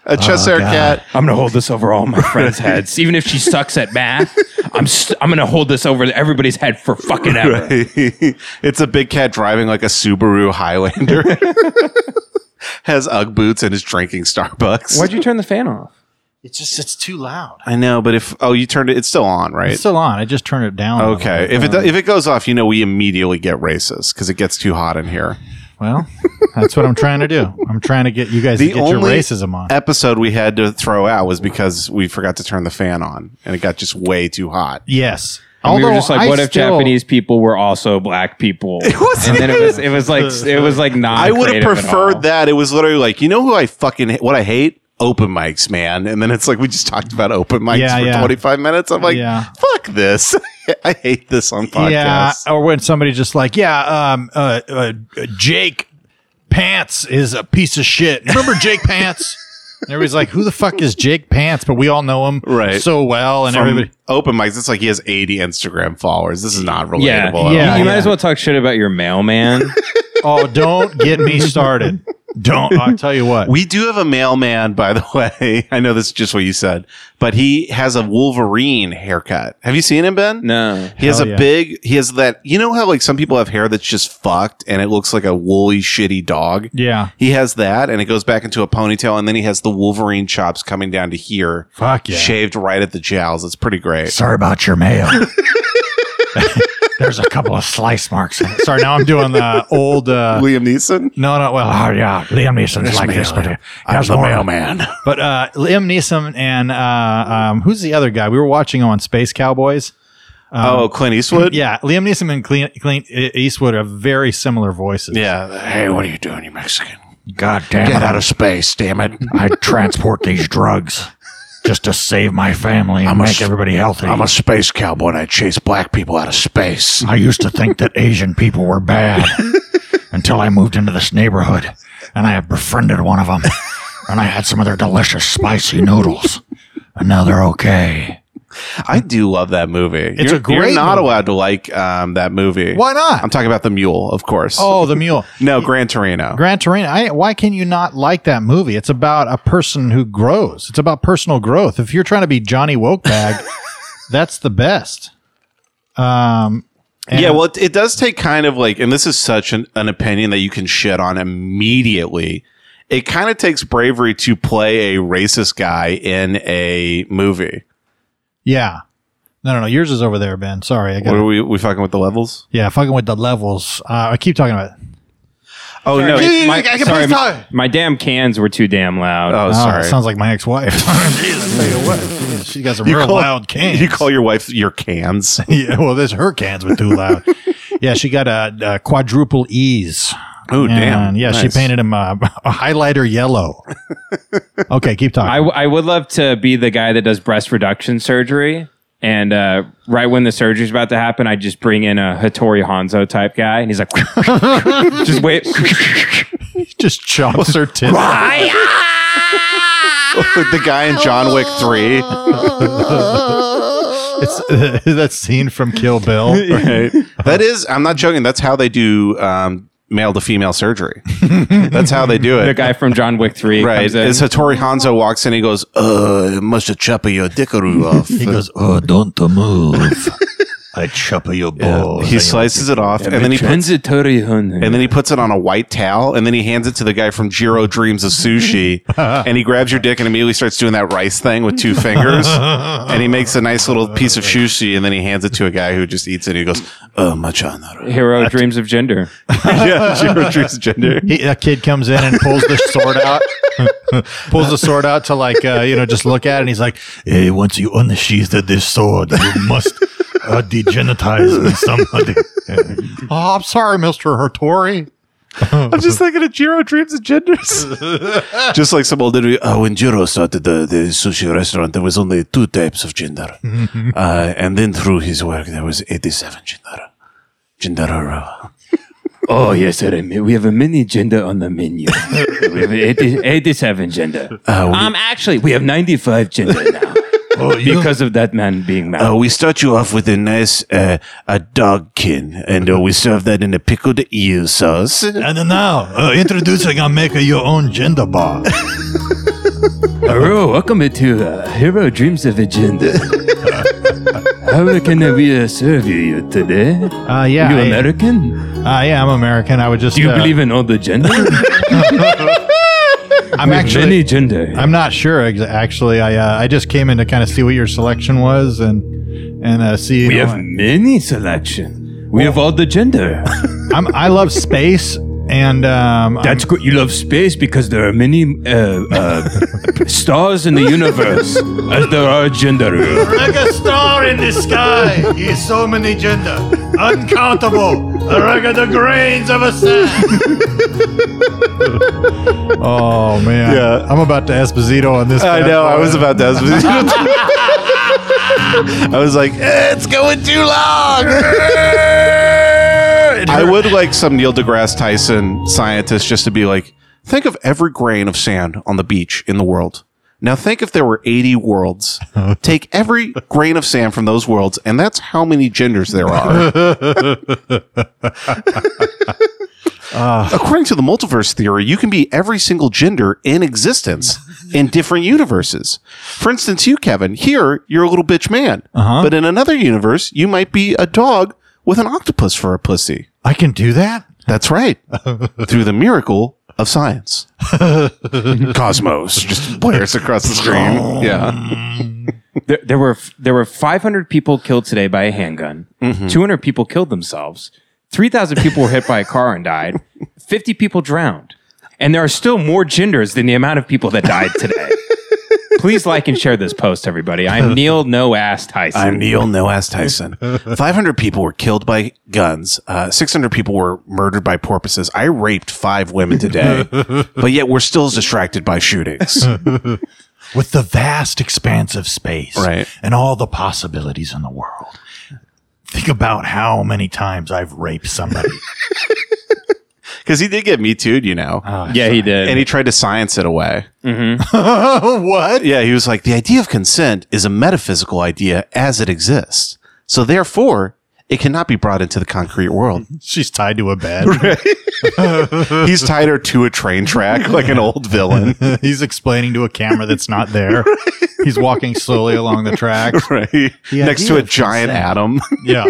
S1: a chest
S2: "Oh,
S1: hair cat.
S7: I'm gonna hold this over all my friends' heads, even if she sucks at math. I'm st- I'm gonna hold this over everybody's head for fucking ever.
S1: it's a big cat driving like a Subaru Highlander. Has UGG boots and is drinking Starbucks.
S7: Why'd you turn the fan off?
S2: it's just, it's too loud.
S1: I know, but if oh, you turned it. It's still on, right?
S2: It's still on. I just turned it down. a little
S1: okay.
S2: bit.
S1: If it do- if it goes off, you know we immediately get racist because it gets too hot in here.
S2: Well, that's what I'm trying to do. I'm trying to get you guys
S1: The
S2: to get your
S1: only
S2: racism on.
S1: episode we had to throw out was because we forgot to turn the fan on and it got just way too hot.
S2: yes.
S7: And we were just like,
S2: I
S7: what if
S2: still-
S7: Japanese people were also black people? and then it was it was like it was like not.
S1: I would have preferred that. It was literally like, you know who I fucking ha- what I hate? Open mics, man. And then it's like we just talked about open mics
S2: Yeah,
S1: for
S2: yeah.
S1: 25 minutes. I'm like,
S2: Yeah.
S1: fuck this. I hate this on
S2: Yeah, Oh,
S1: podcasts.
S2: or when somebody's just like, yeah, um, uh, uh, Jake Pants is a piece of shit. Remember Jake Pants? And everybody's like, who the fuck is Jake Pants? But we all know him
S1: Right.
S2: so well, and
S1: From
S2: everybody.
S1: open mics, it's like he has 80 Instagram followers. This is not relatable.
S7: Yeah,
S1: at all.
S2: yeah.
S7: You, you might as well talk shit about your mailman.
S2: Oh, don't get me started. Don't. I'll tell you what.
S1: We do have a mailman, by the way. I know this is just what you said, but he has a Wolverine haircut. Have you seen him, Ben?
S7: no,
S1: He has
S2: Hell
S1: a
S2: yeah.
S1: big, he has that, you know how like some people have hair that's just fucked and it looks like a woolly, shitty dog?
S2: Yeah.
S1: He has that and it goes back into a ponytail and then he has the Wolverine chops coming down to here.
S2: Fuck yeah.
S1: Shaved right at the jowls. It's pretty great.
S2: Sorry about your mail. There's a couple of slice marks. on it. Sorry, now I'm doing the old. Uh,
S1: Liam Neeson?
S2: no, no. Well, oh, yeah, Liam Neeson's like this, but he has the mail.
S1: mailman.
S2: But uh, Liam Neeson and uh, um, who's the other guy? We were watching him on Space Cowboys.
S1: oh, Clint Eastwood?
S2: Um, Yeah, Liam Neeson and Clint, Clint E-, Eastwood have very similar voices.
S1: Yeah. Hey, what are you doing, you Mexican?
S9: God damn
S1: Get
S9: it.
S1: out of space, damn it.
S9: I transport these drugs just to save my family and
S8: I'm a
S9: make
S8: s-
S9: everybody healthy.
S8: I'm
S9: i
S8: a space cowboy and I chase black people out of space.
S9: used to think that Asian people were bad until I moved into this neighborhood and I had befriended one of them and I had some of their delicious spicy noodles. And now they're okay.
S1: I do love that movie. It's
S2: a great
S1: You're not
S2: movie.
S1: allowed to like um, that movie.
S2: Why not?
S1: I'm talking about The Mule, of course.
S2: Oh, the mule.
S1: no, Gran Torino.
S2: Gran Torino. I, why can you not like that movie? It's about a person who grows. It's about personal growth. If you're trying to be Johnny Wokebag, that's the best. Um, and-
S1: yeah, well, it, it does take kind of like, and this is such an, an opinion that you can shit on immediately. It kind of takes bravery to play a racist guy in a movie.
S2: yeah. No, no, no. Yours is over there, Ben. Sorry, I
S1: What
S2: got.
S1: are
S2: it.
S1: we, we fucking with the levels?
S2: Yeah, fucking with the levels. Uh, I keep talking about. It.
S1: Oh, no.
S7: my, sorry, my damn cans were too damn loud.
S1: Oh,
S2: Oh,
S1: sorry.
S2: it sounds like my ex-wife. Jeez, I tell you what, she got some real loud cans.
S1: You call your wife your cans.
S2: yeah, well, this her cans were too loud. yeah, she got a, a quadruple E's.
S1: Oh, damn.
S2: And, Yeah, she
S1: Nice.
S2: painted him a, a highlighter yellow. okay, keep
S7: I,
S2: talking.
S7: w- I would love to be the guy that does breast reduction surgery. And uh, right when the surgery's about to happen, I just bring in a Hattori Hanzo type guy, and he's like, just wait.
S2: just chomps her tits.
S1: the guy in John Wick 3.
S2: It's that scene from Kill Bill.
S1: That is, I'm not joking. That's how they do um, male to female surgery. That's how they do it.
S7: the guy from John Wick Three,
S1: Right.
S7: comes in.
S1: As Hattori Hanzo walks in, he goes, uh, it must have chopped your dickaroo off.
S2: He goes,
S9: Oh, don't move.
S10: I chop your
S2: Oh,
S1: Yeah.
S10: balls.
S1: He slices it off, and then he puts,
S3: Transitory honey.
S1: and then he puts it on a white towel, and then he hands it to the guy from Jiro Dreams of Sushi, and he grabs your dick and immediately starts doing that rice thing with two fingers, and he makes a nice little piece of sushi, and then he hands it to a guy who just eats it. and He goes, "Oh, machanaro."
S3: Hero dreams of gender.
S1: yeah, Jiro Dreams of Gender.
S2: He, a kid comes in and pulls the sword out, pulls the sword out to like uh, you know just look at, it and he's like,
S10: Hey, once you unsheathe this sword, you must uh, degenetize with somebody.
S2: "Oh, I'm sorry, Mister Hertori."
S1: I'm just thinking of Jiro Dreams of Genders. just like some old dude. "Oh,
S7: Uh, when Jiro started the, the sushi restaurant, there was only two types of gender. uh, and then through his work, there was 87 gender. Gender.
S3: Oh, yes, sir. We have a mini gender on the menu. we have 80, 87 gender. um, actually, we Oh, have 95 gender now. because of that man being mad.
S7: Uh, we start you off with a nice uh, a dogkin, and uh, we serve that in a pickled eel sauce.
S10: And now, uh, introducing a maker your own gender bar.
S3: Hello, uh, welcome to uh, Hero Dreams of Agenda. How can we uh, serve you today?
S2: Uh, yeah,
S3: you
S2: I-
S3: American?
S2: Uh, yeah, I'm American. I would just.
S3: Do you
S2: uh,
S3: believe in all the gender?
S2: I'm actually.
S3: Many gender.
S2: I'm not sure. Ex- actually, I uh, I just came in to kind of see what your selection was and and uh, see. you
S3: we
S2: know,
S3: have many selection. We have all the gender.
S2: I'm, I love space and um,
S3: That's good. You love space because there are many uh, uh, stars in the universe, as there are gender.
S10: like a star in the sky. He's so many gender, uncountable, like the grains of a sand.
S2: I'm- oh man,
S1: Yeah.
S2: I'm about to Esposito on this.
S1: I
S2: bad
S1: know. I
S2: boy.
S1: was about to. I was like, eh, it's going too long. I would like some Neil deGrasse Tyson scientist just to be like, think of every grain of sand on the beach in the world. Now think if there were 80 worlds. Take every grain of sand from those worlds, and that's how many genders there are. According to the multiverse theory, you can be every single gender in existence in different universes. For instance, you, Kevin, here you're a little bitch man, but in another universe, you might be a dog with an octopus for a pussy.
S2: I can do that.
S1: That's right, through the miracle of science. Cosmos just blares across the screen. Yeah,
S3: There, there were there were 500 people killed today by a handgun.
S1: Mm-hmm.
S3: 200 people killed themselves. 3,000 people were hit by a car and died. 50 people drowned. And there are still more genders than the amount of people that died today. Please like and share this post, everybody. I'm Neil No Ass Tyson.
S1: I'm Neil No Ass Tyson. 500 people were killed by guns. Uh, 600 people were murdered by porpoises. I raped five women today, but yet we're still distracted by shootings.
S10: With the vast expanse of space
S1: Right.
S10: and all the possibilities in the world. Think about how many times I've raped somebody.
S1: Because he did get Me Too'd, you know.
S11: yeah, he did.
S1: and he tried to science it away. what? Yeah, he was like, the idea of consent is a metaphysical idea as it exists. So therefore, it cannot be brought into the concrete world.
S2: She's tied to a bed.
S1: He's tied her to a train track like an old villain.
S2: He's explaining to a camera that's not there. He's walking slowly along the track.
S1: Right. Next to a giant atom.
S2: Yeah.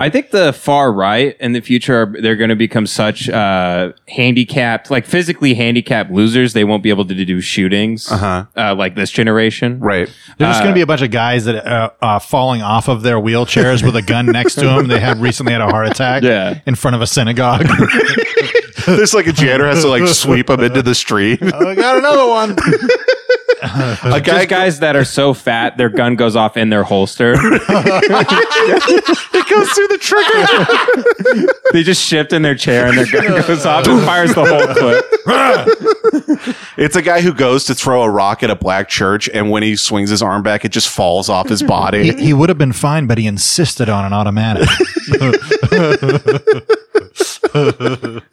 S3: I think the far right in the future are, they're going to become such uh, handicapped, like physically handicapped losers. They won't be able to do shootings
S1: Uh-huh.
S3: uh like this generation.
S1: right.
S2: There's just going to be a bunch of guys that are uh, falling off of their wheelchairs with a gun next to them. They have recently had a heart attack
S3: Yeah.
S2: in front of a synagogue.
S1: There's like a janitor has to like sweep him into the street.
S2: Oh, I got another one.
S1: a guy
S3: Just guys that are so fat, their gun goes off in their holster.
S1: goes through the trigger.
S3: they just shift in their chair and their gun goes off and fires the whole clip.
S1: It's a guy who goes to throw a rock at a black church, and when he swings his arm back, it just falls off his body.
S2: He would have been fine, but he insisted on an automatic.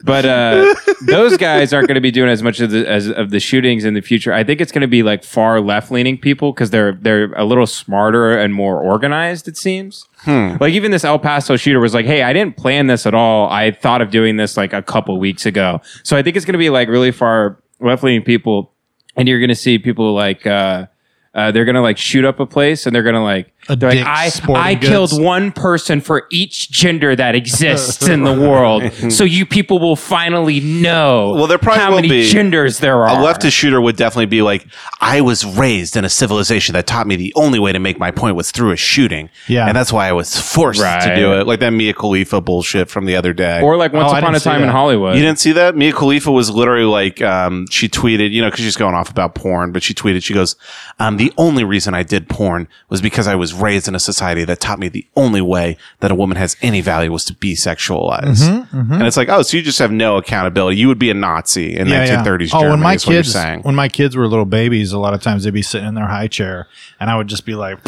S3: But uh, those guys aren't going to be doing as much of the as of the shootings in the future. I think it's going to be like far left leaning people because they're they're a little smarter and more organized. It seems. Like even this El Paso shooter was like, "Hey, I didn't plan this at all. I thought of doing this like a couple weeks ago." So I think it's going to be like really far left leaning people, and you're going to see people like uh, uh, they're going to like shoot up a place and they're going to like
S2: A
S3: They're like,
S2: dick
S3: I,
S2: sporting
S3: I
S2: goods.
S3: killed one person for each gender that exists in the world. So you people will finally know
S1: Well, there probably
S3: how
S1: will
S3: many
S1: be.
S3: genders there
S8: A
S3: are.
S8: leftist shooter would definitely be like, I was raised in a civilization that taught me the only way to make my point was through a shooting.
S2: Yeah.
S8: And that's why I was forced
S3: Right.
S1: to do it like that Mia Khalifa bullshit from the other day.
S3: Or like Once
S2: Oh, I
S3: Upon
S2: didn't
S3: a
S2: see
S3: Time in
S2: that.
S3: Hollywood.
S1: You didn't see that? Mia Khalifa was literally like, um, she tweeted, you know, because she's going off about porn, but she tweeted, she goes, um, The only reason I did porn was because I was raised in a society that taught me the only way that a woman has any value was to be sexualized.
S2: Mm-hmm,
S1: And it's like, oh, so you just have no accountability. You would be a Nazi in
S2: Yeah, yeah.
S1: 1930s
S2: Oh,
S1: Germany,
S2: when my
S1: is what you're
S2: kids
S1: saying.
S2: when my kids were little babies, a lot of times they'd be sitting in their high chair, and I would just be like,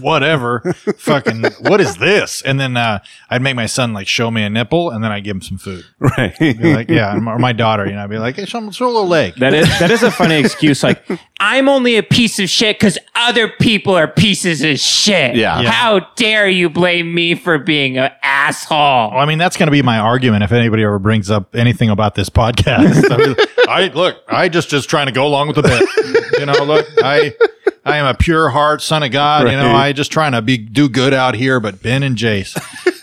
S2: "Whatever, fucking, what is this?" And then uh, I'd make my son like show me a nipple, and then I'd give him some food.
S1: right.
S2: Be like, yeah, and my- or my daughter, you know, I'd be like, hey, show, show a little leg.
S7: That is that is a funny excuse. Like
S3: I'm only a piece of shit because other people are pieces of shit.
S1: Yeah. Yeah.
S3: How dare you blame me for being an asshole?
S2: Well, I mean, that's going to be my argument if anybody ever brings up anything about this podcast. I, mean, I look, I just just trying to go along with the bit. You know, look, I I am a pure heart son of God. You know,
S1: Right.
S2: I just trying to be do good out here. But Ben and Jace,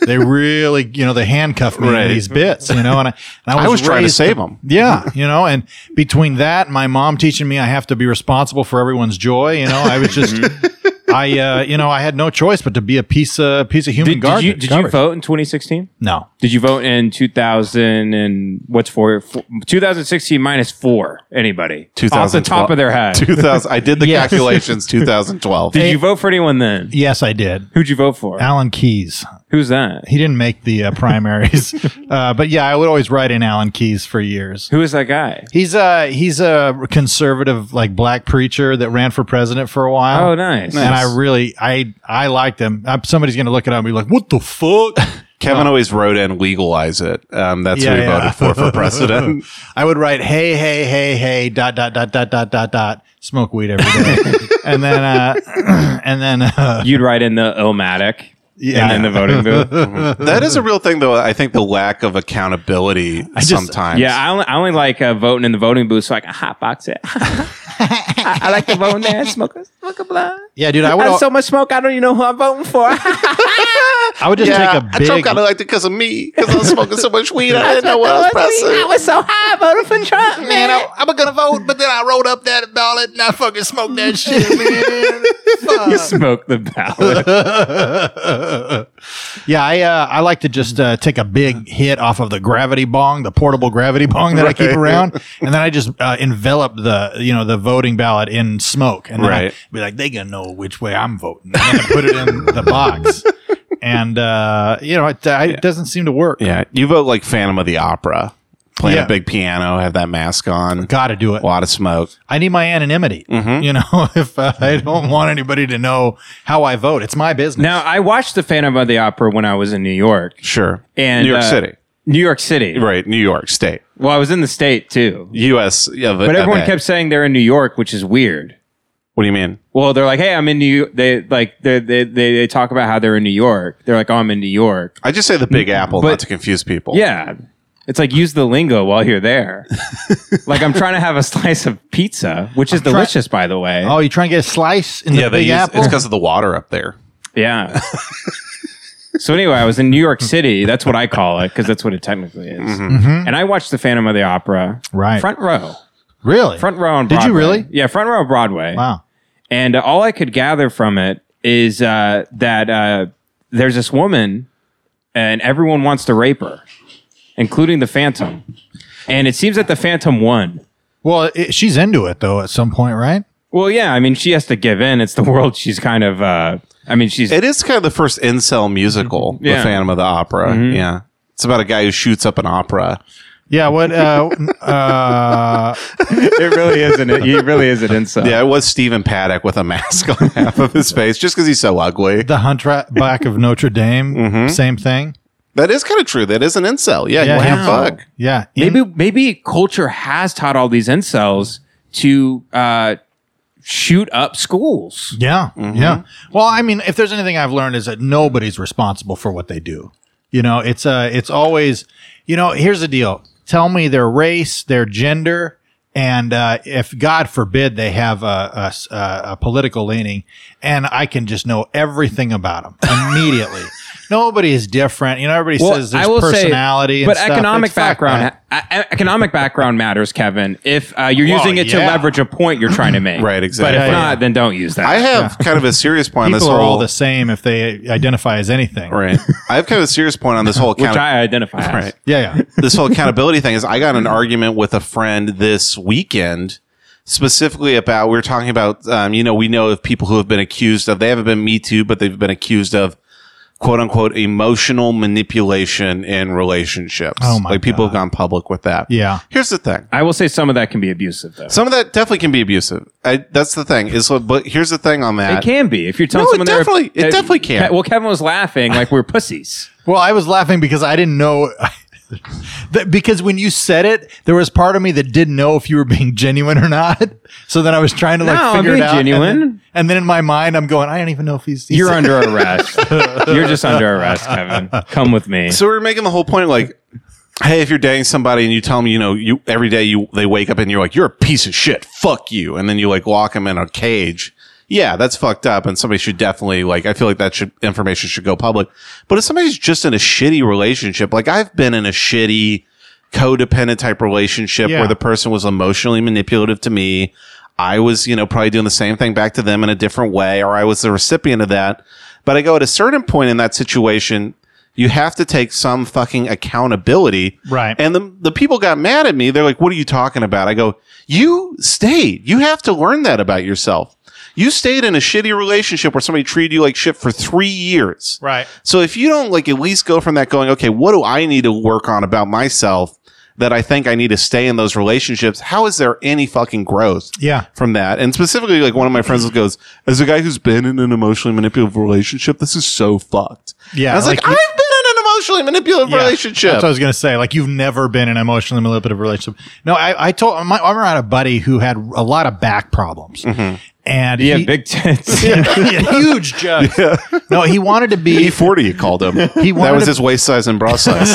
S2: they really, you know, they handcuffed me
S1: Right.
S2: to these bits. You know, and I, and
S1: I was trying to
S2: raised
S1: save them.
S2: yeah, you know, and between that, and my mom teaching me I have to be responsible for everyone's joy. You know, I was just, I, uh, you know, I had no choice but to be a piece of piece of human
S7: did, did
S2: garbage.
S7: you did you
S2: garbage.
S7: vote in 2016?
S2: No,
S7: Did you vote in 2000 and what's four? four 2016 minus four. Anybody? Off the
S1: 2012.
S7: top of their head.
S1: 2000, I did the
S2: Yes.
S1: calculations 2012.
S7: Did you vote for anyone then?
S2: yes, I did.
S7: Who'd you vote for?
S2: Alan Keyes.
S7: Who's that?
S2: He didn't make the uh, primaries, uh, but yeah, I would always write in Alan Keyes for years.
S7: Who is that guy?
S2: He's a he's a conservative like black preacher that ran for president for a while.
S7: Oh, nice.
S2: And I really I I liked him. Uh somebody's gonna look at him and be like, "What the fuck?"
S1: Kevin always wrote in legalize it. Um, that's
S2: Yeah,
S1: who he
S2: yeah.
S1: voted for for president.
S2: I would write, "Hey, hey, hey, hey, dot, dot, dot, dot, dot, dot, dot." Smoke weed every day, and then uh, and then uh,
S7: You'd write in the Illmatic
S2: yeah.
S7: in the voting booth.
S1: that is a real thing, though. I think the lack of accountability
S2: just-
S1: sometimes.
S7: yeah, I only, I only like uh, voting in the voting booth so I can hotbox it. I, I like to vote in there and smoke a, smoke a blunt.
S2: yeah, dude, I
S7: I
S2: would
S7: have so much smoke, I don't even know who I'm voting for.
S2: I would just
S1: Yeah,
S2: take a big
S1: elected because of me because I was smoking so much weed. I didn't know what I was pressing.
S7: was so high, I voted for Trump, man.
S1: I'm gonna vote, but then I wrote up that ballot and I fucking smoked that shit, man.
S7: you smoke the ballot.
S2: Yeah, I uh, I like to just uh, take a big hit off of the gravity bong, the portable gravity bong that I keep around, and then I just uh, envelop the you know the voting ballot in smoke, and then I
S1: Right.
S2: be like, they gonna know which way I'm voting, and then I put it in the box, and uh, you know it, I, it doesn't seem to work.
S1: Yeah, you vote like Phantom of the Opera, playing
S2: Yeah.
S1: a big piano, have that mask on,
S2: Got to do it.
S1: a lot of smoke.
S2: I need my anonymity.
S7: Mm-hmm.
S2: You know, if uh, I don't want anybody to know how I vote, it's my business.
S7: Now, I watched The Phantom of the Opera when I was in New York.
S1: Sure,
S7: And,
S1: New York
S7: uh,
S1: City,
S7: New York City.
S1: right? New York State,
S7: Well, I was in the state too.
S1: U.S. Yeah,
S7: But everyone kept saying they're in New York, which is weird.
S1: What do you mean?
S7: Well, they're like, "Hey, I'm in New." They like they they they, they talk about how they're in New York. They're like, "Oh, I'm in New York."
S1: I just say the Big Apple,
S7: But-
S1: not to confuse people.
S7: Yeah, it's like use the lingo while you're there. like I'm trying to have a slice of pizza, which is delicious, by the way.
S2: oh, you trying to get a slice in the
S1: yeah, they
S2: Big
S1: use,
S2: Apple?
S1: it's because of the water up there.
S7: Yeah. so anyway, I was in New York City. That's what I call it because that's what it technically is. And I watched the Phantom of the Opera,
S2: Mm-hmm. Right.
S7: Front row,
S2: really?
S7: front row on.
S2: Did
S7: Broadway.
S2: you really?
S7: Yeah, front row of Broadway.
S2: Wow.
S7: And uh, all I could gather from it is uh, that uh, there's this woman, and everyone wants to rape her, including the Phantom. And it seems that the Phantom won.
S2: Well, it, she's into it though at some point, right?
S7: Well, yeah, I mean, she has to give in. It's the world she's kind of. Uh, I mean, she's.
S1: It is kind of the first incel musical,
S3: Mm-hmm.
S7: Yeah.
S1: The Phantom of the Opera. Yeah. It's about a guy who shoots up an opera.
S2: Yeah. What? Uh, uh,
S7: it really isn't. It really is an insult.
S1: Yeah, it was Stephen Paddock with a mask on half of his face just because he's so ugly.
S2: the hunchback of Notre Dame.
S1: Mm-hmm.
S2: Same thing.
S1: That is kind of true. That is an incel. Yeah,
S2: Yeah,
S1: you can't
S2: wow.
S1: fuck.
S2: Yeah. In-
S7: Maybe maybe culture has taught all these incels to uh, shoot up schools.
S2: Yeah.
S3: Mm-hmm.
S2: Yeah. Well, I mean, if there's anything I've learned is that nobody's responsible for what they do. You know, it's uh, it's always, you know, here's the deal. Tell me their race, their gender, and uh, if God forbid they have a, a s- a- a political leaning, and I can just know everything about them immediately. Nobody is different. You know, everybody says there's personality, and
S3: but
S2: stuff.
S3: economic
S2: It's fuck
S3: background,
S2: that.
S3: ha- e- economic background matters, Kevin. If uh, you're
S2: Well,
S3: using it
S2: yeah.
S3: to leverage a point you're trying to make,
S1: Right, exactly.
S3: But if
S2: Yeah,
S3: not,
S2: yeah.
S3: then don't use that.
S1: I have kind of a serious point on
S2: uh, People
S1: this
S2: are
S1: whole
S2: all the same if they identify as anything.
S1: right. I have kind of a serious point on this whole
S3: which
S1: account.
S3: I identify as.
S1: Right.
S2: Yeah, yeah.
S1: this whole accountability thing is I got in an argument with a friend this weekend specifically about we were talking about um, you know we know of people who have been accused of they haven't been me too but they've been accused of quote unquote emotional manipulation in relationships
S2: Oh my
S1: like people have gone public with that
S2: Yeah.
S1: here's the thing
S3: I will say some of that can be abusive, though.
S1: some of that definitely can be abusive I, that's the thing is what- but here's the thing on that
S3: It can be if you're telling
S1: No, it
S3: someone they're-
S1: definitely- it
S3: that-
S1: definitely can.
S3: Ke- Well, Kevin was laughing like we're pussies.
S2: Well, I was laughing because I didn't know. that- because when you said it, there was part of me that didn't know if you were being genuine or not. So then I was trying to like
S3: No, I'm
S2: figure it
S3: being
S2: out. and then- And
S3: genuine.
S2: then, in my mind, I'm going, I don't even know if he's. he's
S3: You're under arrest. you're just under arrest, Kevin. Come with me.
S1: So we are making the whole point like, hey, if you're dating somebody and you tell them, you know, you every day you they wake up and you're like, you're a piece of shit, fuck you, and then you like lock them in a cage. Yeah, that's fucked up, and somebody should definitely like. I feel like that should information should go public. But if somebody's just in a shitty relationship, like I've been in a shitty codependent type relationship
S2: Yeah.
S1: where the person was emotionally manipulative to me. I was, you know, probably doing the same thing back to them in a different way, or I was the recipient of that. But I go at a certain point in that situation, you have to take some fucking accountability.
S2: Right.
S1: And the, the people got mad at me. They're like, what are you talking about? I go, you stayed. You have to learn that about yourself. You stayed in a shitty relationship where somebody treated you like shit for three years.
S2: Right.
S1: So if you don't like at least go from that going, okay, what do I need to work on about myself that I think I need to stay in those relationships? How is there any fucking growth?
S2: Yeah.
S1: From that. And specifically, like one of my friends goes, as a guy who's been in an emotionally manipulative relationship, this is so fucked.
S2: Yeah,
S1: And I was like,
S2: like,
S1: I've been in an emotionally manipulative
S2: Yeah,
S1: relationship.
S2: That's what I was gonna say. Like you've never been in an emotionally manipulative relationship. No, I, I told my, I remember I had a buddy who had a lot of back problems, and
S3: yeah,
S2: he-
S3: big tits.
S2: huge jug. No, he wanted to be.
S1: E40, you called him.
S2: He
S1: that
S2: wanted
S1: was
S2: to-
S1: his waist size and bra size.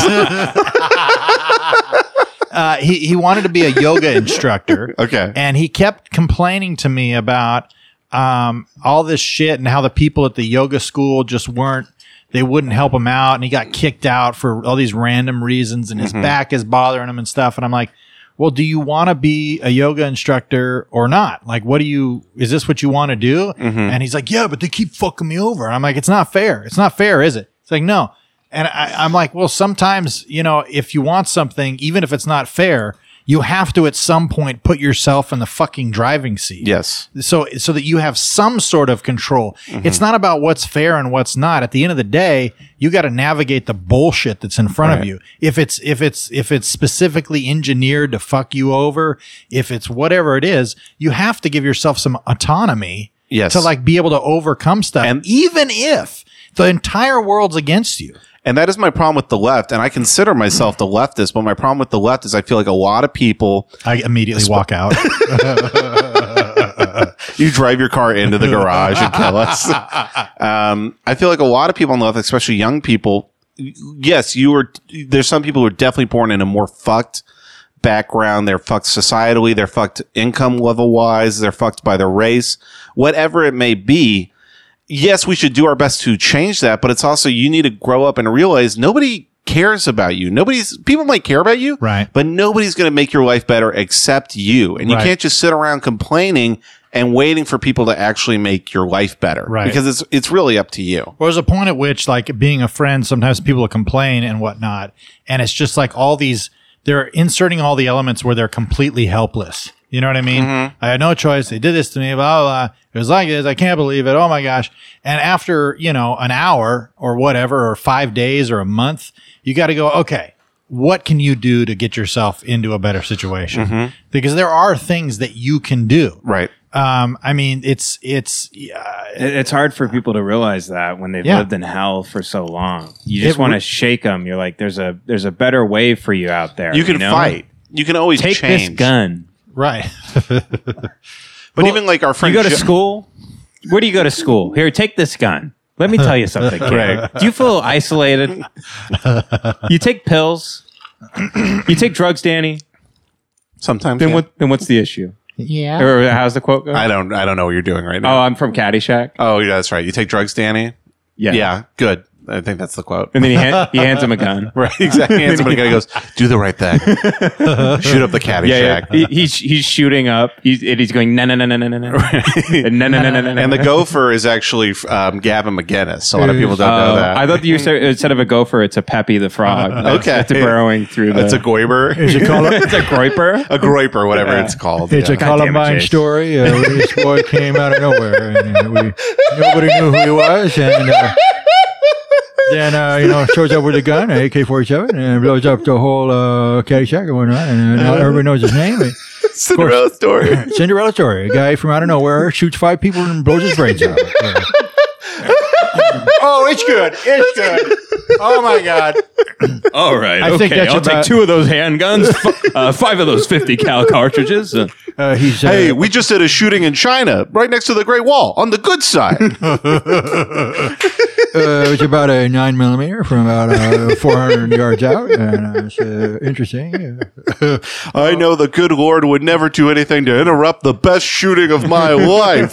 S2: Uh, he he wanted to be a yoga instructor.
S1: Okay.
S2: and he kept complaining to me about um, all this shit and how the people at the yoga school just weren't. They wouldn't help him out, and he got kicked out for all these random reasons, and his back is bothering him and stuff. And I'm like, well, do you want to be a yoga instructor or not? Like, what do you, is this what you want to do? And he's like, yeah, but they keep fucking me over. And I'm like, it's not fair. It's not fair, is it? It's like, no. And I, I'm like, well, sometimes, you know, if you want something, even if it's not fair, you have to at some point put yourself in the fucking driving seat
S1: yes.
S2: so so that you have some sort of control.
S1: Mm-hmm.
S2: It's not about what's fair and what's not. At the end of the day, you got to navigate the bullshit that's in front of you. If it's if it's if it's specifically engineered to fuck you over, if it's whatever it is, you have to give yourself some autonomy
S1: Yes.
S2: to like be able to overcome stuff
S1: And-
S2: even if the entire world's against you.
S1: And that is my problem with the left. And I consider myself the leftist, but my problem with the left is I feel like a lot of people
S2: I immediately walk out.
S1: you drive your car into the garage and kill us. Um, I feel like a lot of people on the left, especially young people, yes, you were. There's some people who are definitely born in a more fucked background. They're fucked societally. They're fucked income level wise. They're fucked by their race, whatever it may be. Yes, we should do our best to change that, but it's also you need to grow up and realize nobody cares about you. Nobody's people might care about you,
S2: Right.
S1: But nobody's going to make your life better except you, and you
S2: Right.
S1: can't just sit around complaining and waiting for people to actually make your life better,
S2: Right.
S1: Because it's it's really up to you.
S2: Well, there's a point at which, like, being a friend, sometimes people will complain and whatnot. And it's just like all these, they're inserting all the elements where they're completely helpless. You know what I mean? I had no choice. They did this to me, blah, blah, blah. It was like this. I can't believe it. Oh my gosh. And after, you know, an hour or whatever, or five days or a month, you got to go, okay, what can you do to get yourself into a better situation? Because there are things that you can do.
S1: Right.
S2: Um, I mean, it's, it's, uh,
S7: It- It's hard for people to realize that when they've
S2: Yeah.
S7: lived in hell for so long. You just
S2: It
S7: want
S2: re-
S7: to shake them. You're like, there's a there's a better way for you out there.
S1: You can
S7: know?
S1: fight. You can always
S7: Take
S1: change.
S7: this gun.
S2: right.
S1: But even like our
S7: You
S1: friend,
S7: go to
S1: Jo-
S7: school. Where do you go to school? Here, take this gun. Let me tell you something. Kid. Do you feel isolated? you take pills. You take drugs, Danny.
S1: sometimes.
S7: Then
S1: yeah.
S7: what? Then what's the issue?
S9: Yeah.
S7: Or how's the quote go?
S1: I don't. I don't know what you're doing right
S7: oh,
S1: now.
S7: I'm from Caddyshack.
S1: Oh, yeah, that's right. You take drugs, Danny.
S7: Yeah.
S1: Yeah, good. I think that's the quote.
S7: And then he, ha- he hands him a gun.
S1: Right, exactly. And somebody guy goes, "Do the right thing. Shoot up the caddy shack."
S7: He, he's, he's shooting up. He's, and he's going, no, no, no, no, no, no, no. And no, no, no, no, no, no.
S1: And the gopher is actually um, Gavin McGinnis. A lot of people don't know
S7: Oh,
S1: that.
S7: I thought you said instead of a gopher, it's a Peppy the Frog. That's-
S1: Okay.
S7: It's burrowing through the.
S1: it's a goiber,
S7: it's a groiper.
S1: a groiper, whatever it's called.
S9: It's
S1: Yeah.
S9: a Columbine
S7: Chase.
S9: story. Uh, where this boy came out of nowhere, and uh, we, nobody knew who he was, and uh, then uh, you know shows up with a gun, an AK-47, and blows up the whole uh, Caddyshack and whatnot, and uh, now everybody knows his name. And
S1: Cinderella story.
S9: Cinderella story. A guy from out of nowhere shoots five people and blows his brains out. Uh,
S1: oh, it's good. It's good. Oh my god.
S3: All right.
S9: I think that's about-
S3: of those handguns, f- uh, five of those 50 cal cartridges. Uh,
S9: uh, he's uh,
S1: Hey, we just did a shooting in China, right next to the Great Wall, on the good side.
S9: uh, it was about a nine millimeter from about uh, 400 yards out, and uh, it's uh, interesting. Uh,
S1: I know the good Lord would never do anything to interrupt the best shooting of my life.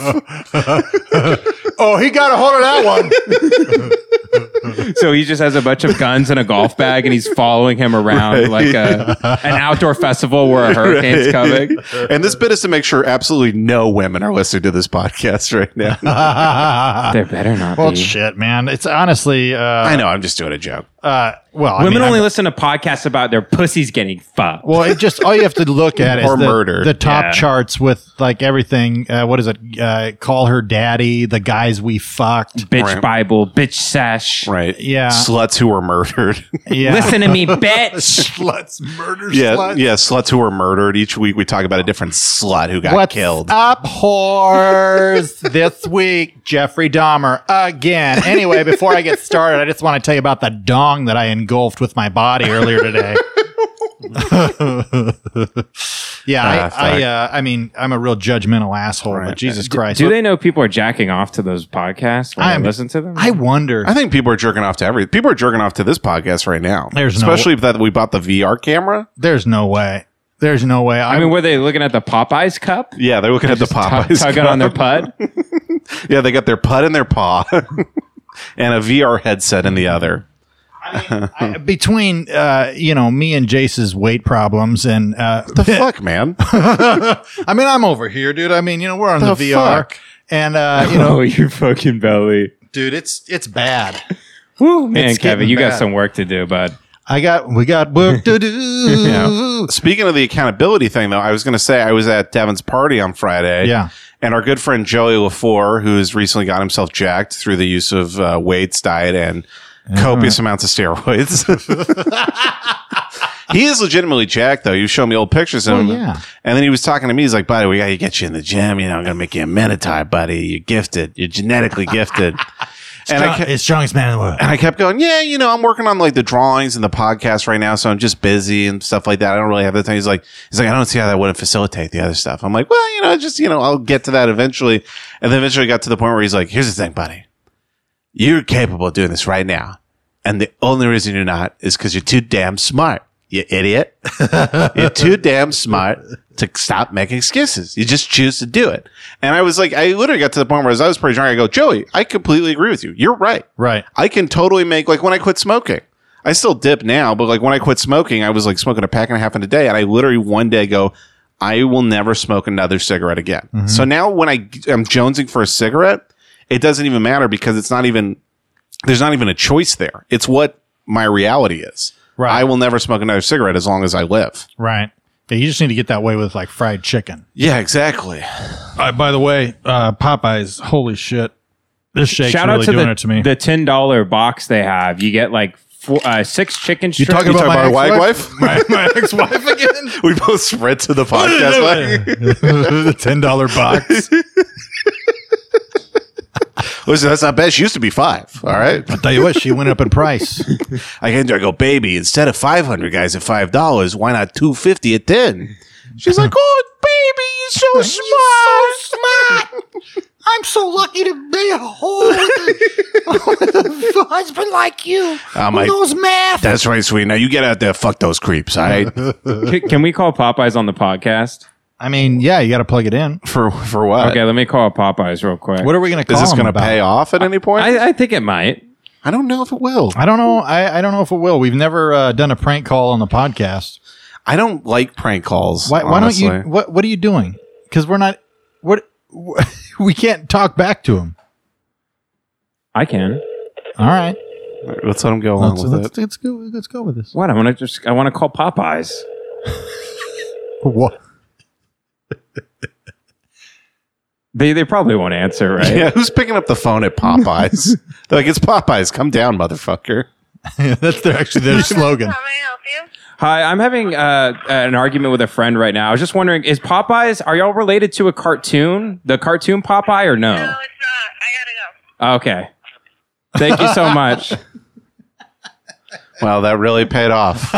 S1: oh, he got a hold of that one.
S7: So he just has a bunch of guns and a golf bag, and he's following him around like a, an outdoor festival where a hurricane's coming.
S1: and this bit is to make sure absolutely no women are listening to this podcast right now.
S7: There better not be.
S2: Bullshit, man. It's honestly, uh,
S1: I know, I'm just doing a joke.
S2: uh, well, I
S7: Women
S2: mean,
S7: only
S2: I'm-
S7: listen to podcasts about their pussies getting fucked.
S2: Well, it just all you have to look at is
S1: Or
S2: the,
S1: murder.
S2: the top
S3: Yeah.
S2: charts with like everything. Uh, what is it? Uh, call her daddy. The guys we fucked.
S7: bitch
S1: Right.
S7: Bible, bitch sash.
S1: Right.
S2: Yeah.
S1: Sluts who were murdered.
S2: Yeah.
S7: Listen to me, bitch.
S2: sluts, murder
S1: yeah. Yeah. Sluts who were murdered. Each week we talk about a different slut who got
S2: What's
S1: killed.
S2: up, whores? this week, Jeffrey Dahmer again. Anyway, before I get started, I just want to tell you about the dong that I engulfed with my body earlier today. yeah,
S1: Ah, fuck.
S2: I, I, uh, I mean, I'm a real judgmental asshole, but Jesus Christ,
S7: Do they know people are jacking off to those podcasts when
S2: I
S7: I
S2: am-
S7: listen to them?
S2: I wonder.
S1: I think people are jerking off to every. People are jerking off to this podcast right now.
S2: There's no-
S1: especially if that we bought the VR camera.
S2: There's no way. There's no way.
S7: I mean, were they looking at the Popeyes cup?
S1: Yeah, they're looking at the
S7: Tu-
S1: Popeyes.
S7: tugging on their putt?
S1: yeah, they got their putt in their paw and a VR headset in the other.
S2: I- between uh, you know me and Jace's weight problems and uh,
S1: The fuck, man.
S2: I mean I'm over here, dude. I mean you know we're on the,
S1: The
S2: VR
S1: fuck?
S2: and uh, you know,
S7: oh, your fucking belly.
S2: dude, it's it's bad.
S7: Woo, man,
S2: It's
S7: Kevin,
S2: getting
S7: you
S2: bad.
S7: got some work to do, bud.
S2: I got we got work to do. yeah.
S1: Speaking of the accountability thing, though, I was going to say I was at Devin's party on Friday.
S2: Yeah.
S1: And our good friend Joey LaFour, who has recently got himself jacked through the use of uh, Wade's diet and
S2: Uh-huh.
S1: copious amounts of steroids. he is legitimately jacked, though. You showed me old pictures of him.
S2: yeah.
S1: And then he was talking to me. He's like, buddy, we got to get you in the gym. You know, I'm going to make you a Minotaur, buddy. You're gifted. You're genetically gifted. and I, ca-
S9: it's strongest man in the world.
S1: and I kept going, yeah, you know, I'm working on like the drawings and the podcast right now, so I'm just busy and stuff like that. I don't really have the time. He's like, he's like, I don't see how that wouldn't facilitate the other stuff. I'm like, well, you know, just you know, I'll get to that eventually. And then eventually, I got to the point where he's like, here's the thing, buddy, you're capable of doing this right now, and the only reason you're not is because you're too damn smart. You idiot. You're too damn smart to stop making excuses. You just choose to do it. And I was like, I literally got to the point where as I was pretty drunk, I go, Joey, I completely agree with you. You're right.
S2: Right.
S1: I can totally make like when I quit smoking. I still dip now, but like when I quit smoking, I was like smoking a pack and a half in a day, and I literally one day go, I will never smoke another cigarette again. So now when I am jonesing for a cigarette, it doesn't even matter because it's not even there's not even a choice there. It's what my reality is.
S2: Right.
S1: I will never smoke another cigarette as long as I live.
S2: Right. Yeah, you just need to get that way with like fried chicken.
S1: Yeah, exactly.
S2: by the way, uh, Popeyes, holy shit. This shake's
S7: Shout
S2: really
S7: out to
S2: doing
S7: the,
S2: it to me.
S7: the $10 box they have. You get like four, uh, six chicken strips.
S2: talking about my
S1: wag
S2: ex-wife?
S1: wife? My, ex-wife again? we both spread to the podcast. like-
S2: the ten dollar box.
S1: Listen, that's not bad. She used to be five. All right.
S2: Tell you what, she went up in price.
S1: I get there, I go, baby, instead of five hundred guys at five dollars, why not two fifty at ten? She's like, Oh baby, you're so smart. so smart.
S9: I'm so lucky to be a whole with a husband like you.
S1: I'm like,
S9: Those math.
S1: That's right, sweetie. Now you get out there, fuck those creeps, all right?
S7: Can, can we call Popeyes on the podcast?
S2: I mean, yeah, you got to plug it in.
S1: For for what?
S3: Okay, let me call Popeyes real quick.
S2: What are we going to call
S1: Is this
S2: them
S1: going to
S2: about?
S1: pay off at any point? I,
S7: I, I think it might.
S1: don't know if it will.
S2: I don't know. I, I don't know if it will. We've never uh, done a prank call on the podcast.
S1: I don't like prank calls.
S2: Why, why don't you?
S1: honestly.
S2: What What are you doing? Because we're not. What we can't talk back to him.
S7: I can.
S2: All right,
S1: Let's let him go along
S2: let's
S1: with
S2: let's,
S1: it.
S2: let's go. Let's go with this.
S7: What? I want to just. I want to call Popeyes.
S2: What?
S7: They they probably won't answer, right?
S1: Yeah, who's picking up the phone at Popeyes? They're like, it's Popeyes. Come down, motherfucker.
S2: That's their actually their slogan.
S7: Hi, I'm having uh, an argument with a friend right now. I was just wondering, is Popeyes? Are y'all related to a cartoon? The cartoon Popeye or no?
S12: No, it's not. I gotta go.
S7: Okay. Thank you so much.
S1: Wow, that really paid off.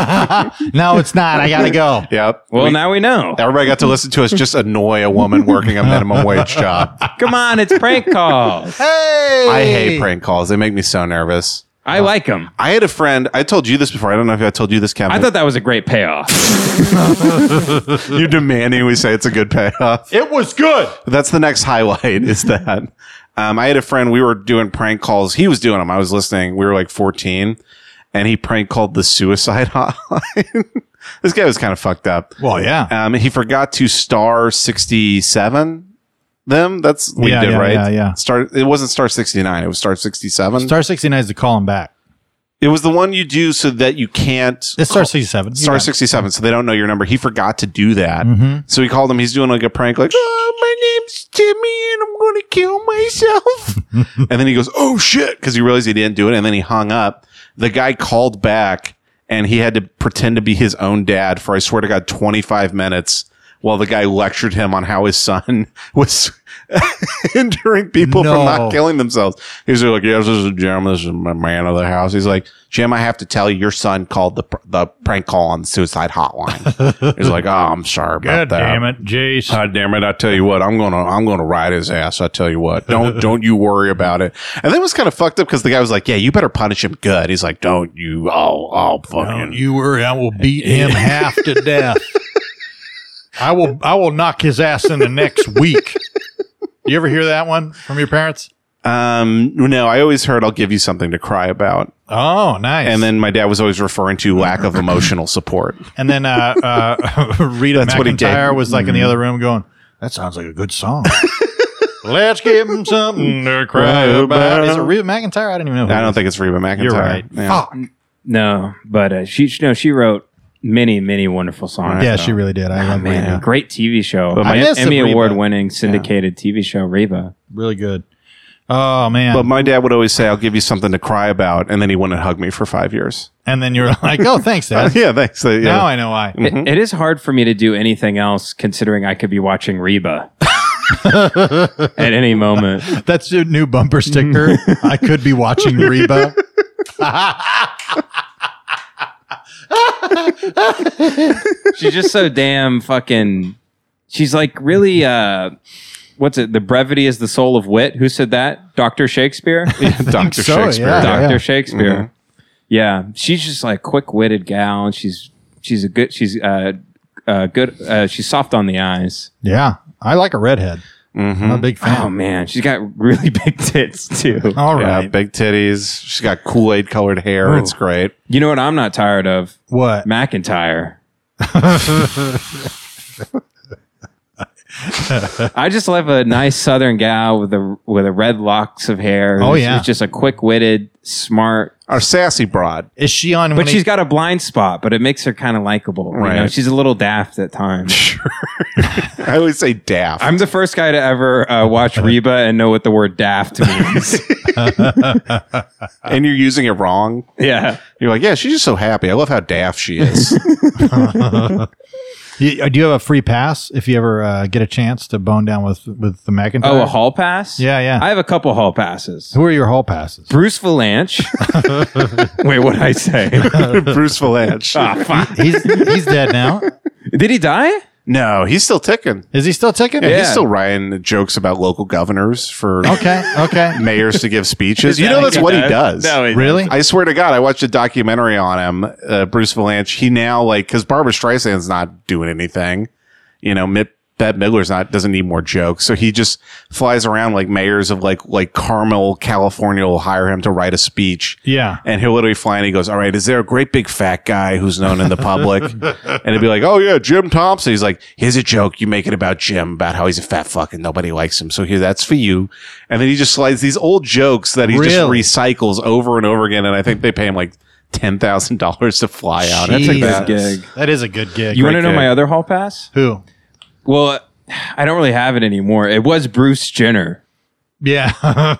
S2: no, it's not. I gotta go.
S1: Yep.
S7: Well,
S1: We-
S7: now we know.
S1: everybody got to listen to us just annoy a woman working a minimum wage job.
S7: Come on, it's prank calls.
S2: Hey,
S1: I hate prank calls. They make me so nervous.
S7: I like them.
S1: I had a friend. I told you this before. I don't know if I told you this, Kevin.
S7: I thought that was a great payoff.
S1: You're demanding we say it's a good payoff. It was good. That's the next highlight is that. Um, I had a friend, we were doing prank calls. He was doing them. I was listening. We were like 14 and he prank called the suicide hotline. this guy was kind of fucked up.
S2: Well, yeah.
S1: Um, he forgot to star 67 them. That's we
S2: Yeah,
S1: did,
S2: yeah,
S1: right?
S2: yeah, yeah.
S1: Star, it wasn't star 69. It was star 67.
S2: Star sixty nine is to call him back.
S1: it was the one you do so that you can't
S2: It's Star sixty seven.
S1: star 67 so they don't know your number he forgot to do that so he called him he's doing like a prank like oh, my name's timmy and i'm gonna kill myself and then he goes oh shit because he realized he didn't do it and then he hung up the guy called back and he had to pretend to be his own dad for i swear to god 25 minutes while the guy lectured him on how his son was hindering people
S2: No.
S1: from not killing themselves. He's like, "Yes, this is Jim. This is my man of the house." He's like, "Jim, I have to tell you, your son called the pr- the prank call on the suicide hotline." He's like, "Oh, I'm sorry about
S2: God
S1: that."
S2: damn it, Jace.
S1: God damn it! I tell you what, I'm gonna I'm gonna ride his ass. I tell you what, don't don't you worry about it. And that was kind of fucked up because the guy was like, "Yeah, you better punish him good." He's like, "Don't you? oh, I'll I'll fucking
S2: you worry, I will beat him half to death. I will I will knock his ass in the next week. You ever hear that one from your parents?
S1: um no." I always heard, "I'll give you something to cry about,"
S2: Oh, nice.
S1: and then my dad was always referring to lack of emotional support.
S2: and then uh, uh, Rita
S1: That's what he Mm-hmm. gave
S2: McIntyre
S1: me.
S2: was like in the other room going, "That sounds like a good song." Let's give him something to cry about. Is it Rita McIntyre? I didn't even know. who
S1: I
S2: it
S1: don't
S2: was.
S1: think it's Reba McIntyre.
S2: You're right. Oh,
S1: Yeah.
S2: Fuck.
S7: No, but uh, she she- no she wrote many many wonderful songs.
S2: Yeah, she really did. I love
S7: man,
S2: Rita.
S7: great TV show.
S1: But
S2: my- I miss
S7: Emmy
S2: Reba.
S7: award winning syndicated TV show Reba.
S2: Really good. Oh man!
S1: But my dad would always say, "I'll give you something to cry about," and then he wouldn't hug me for five years.
S2: and then you're like, "Oh, thanks, Dad."
S1: yeah, thanks. Uh, yeah.
S2: Now I know why.
S7: It- it is hard for me to do anything else considering I could be watching Reba at any moment.
S2: That's your new bumper sticker. I could be watching Reba.
S7: She's just so damn fucking. She's like really. uh What's it? The brevity is the soul of wit. Who said that? Doctor Shakespeare.
S1: Doctor
S2: so,
S1: Shakespeare.
S2: yeah.
S7: Doctor Shakespeare. Yeah, she's just like quick witted gal, and she's she's a good she's uh, uh good uh, she's soft on the eyes.
S2: Yeah, I like a redhead. I'm
S1: Mm-hmm.
S2: a big
S7: Oh
S2: fan.
S7: man, she's got really big tits too.
S2: All
S1: Yeah,
S2: right.
S1: big titties. She's got Kool Aid colored hair. It's great.
S7: You know what I'm not tired of?
S2: What?
S7: McIntyre. I just love a nice Southern gal with a with a red locks of hair.
S2: Oh,
S7: who's-
S2: yeah.
S7: who's just a quick witted, smart,
S1: Our sassy broad.
S2: Is she on?
S7: but
S2: when he-
S7: she's got a blind spot. But it makes her kind of likable. You know?
S1: Right.
S7: She's a little daft at times.
S1: I always say daft.
S7: I'm the first guy to ever uh, watch Reba and know what the word daft means.
S1: and you're using it wrong.
S7: yeah.
S1: You're like, yeah, she's just so happy. I love how daft she is.
S2: You- uh, do you have a free pass if you ever uh, get a chance to bone down with with the McIntyre?
S7: Oh, a hall pass?
S2: Yeah, yeah.
S7: I have a couple hall passes.
S2: Who are your hall passes?
S7: Bruce Valanche. Wait, what I say?
S1: Bruce Valanche.
S2: He's he's dead now.
S7: Ah, Did he die?
S1: No, he's still ticking.
S2: Is he still ticking?
S1: Yeah,
S7: Yeah.
S1: he's still writing jokes about local governors for
S2: Okay. Okay.
S1: mayors to give speeches. You know, that's what he does.
S2: really?
S1: I swear to God, I watched a documentary on him, uh, Bruce Valanche. He now like because Barbara Streisand's not doing anything, you know. Mitt Bette Midler's not doesn't need more jokes, so he just flies around like mayors of like like Carmel, California will hire him to write a speech.
S2: Yeah.
S1: and he'll literally fly and he goes, "All right, is there a great big fat guy who's known in the public?" and he'd be like, "Oh yeah, Jim Thompson." He's like, "Here's a joke. You make it about Jim about how he's a fat fuck and nobody likes him. So here, that's for you." And then he just slides these old jokes that he just
S2: Really?
S1: recycles over and over again, and I think they pay him like ten thousand dollars to fly out. oh, That's like
S7: Jesus.
S1: that.
S7: gig.
S2: That is a good gig.
S7: You want to know
S1: gig.
S7: my other hall pass?
S2: Who?
S7: Well, I don't really have it anymore. It was Bruce Jenner,
S2: Yeah.
S7: but